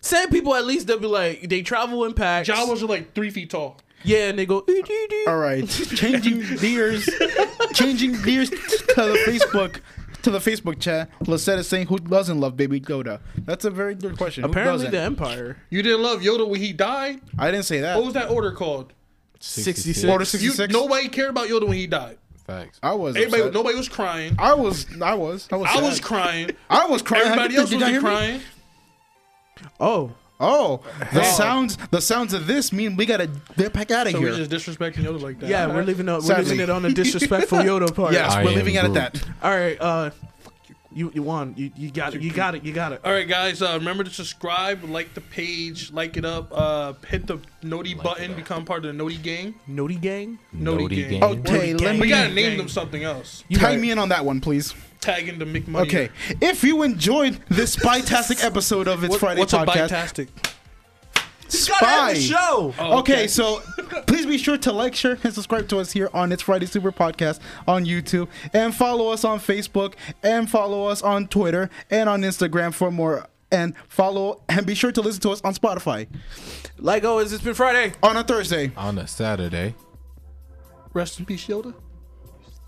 Sand people at least they'll be like they travel in packs.
Jawas are like three feet tall.
Yeah, and they go.
All right, changing gears, changing gears to the Facebook, to the Facebook chat. Lisette is saying, "Who doesn't love Baby Yoda?" That's a very good question. Who
Apparently, the
doesn't?
Empire.
You didn't love Yoda when he died?
I didn't say that.
What was that order called?
66.
Order
You,
66.
nobody cared about Yoda when he died.
Facts.
I was.
Everybody,
upset.
nobody was crying.
I was. I was. I was.
I
sad.
was crying.
I was crying.
Everybody
Did
else
you
was
not hear me?
crying.
Oh.
Oh, the sounds. The sounds of this mean we gotta get back out of
So
here.
we're just disrespecting Yoda like that.
Yeah, we're leaving up. We're
Sadly.
leaving it on a
[laughs]
disrespectful Yoda part.
yes,
I
we're
am
leaving it at
Groot.
that.
All right. Uh, you you won. You you got it. You got it. You got it.
All right, guys. Uh, remember to subscribe, like the page, like it up. Uh, hit the Noti button, become part of the Noti gang.
Noti gang.
Noti
Noti
gang.
gang.
Oh,
Okay,
Gang.
let
we
me
gotta
gang.
name them something else.
tag me in on that one, please.
Tag in the McMoney.
Okay, if you enjoyed this spy-tastic episode of It's
What,
Friday
what's
podcast,
a bitastic?
You gotta end the
Spy.
show.
okay.
okay.
so [laughs] please be sure to like, share, and subscribe to us here on It's Friday Super Podcast on YouTube, and follow us on Facebook, and follow us on Twitter, and on Instagram for more. And follow, and be sure to listen to us on Spotify
Like always, it's been Friday.
on a Thursday.
On a Saturday.
Rest in peace, Yoda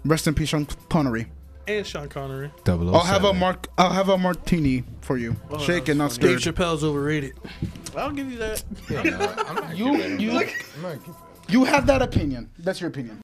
Rest in peace, Sean Connery.
and Sean Connery.
Double oh
I'll have a mark. I'll have a martini for you, shaken, not
Dave
stirred.
Chappelle's overrated.
I'll give you that.
you, you, you have that opinion. That's your opinion.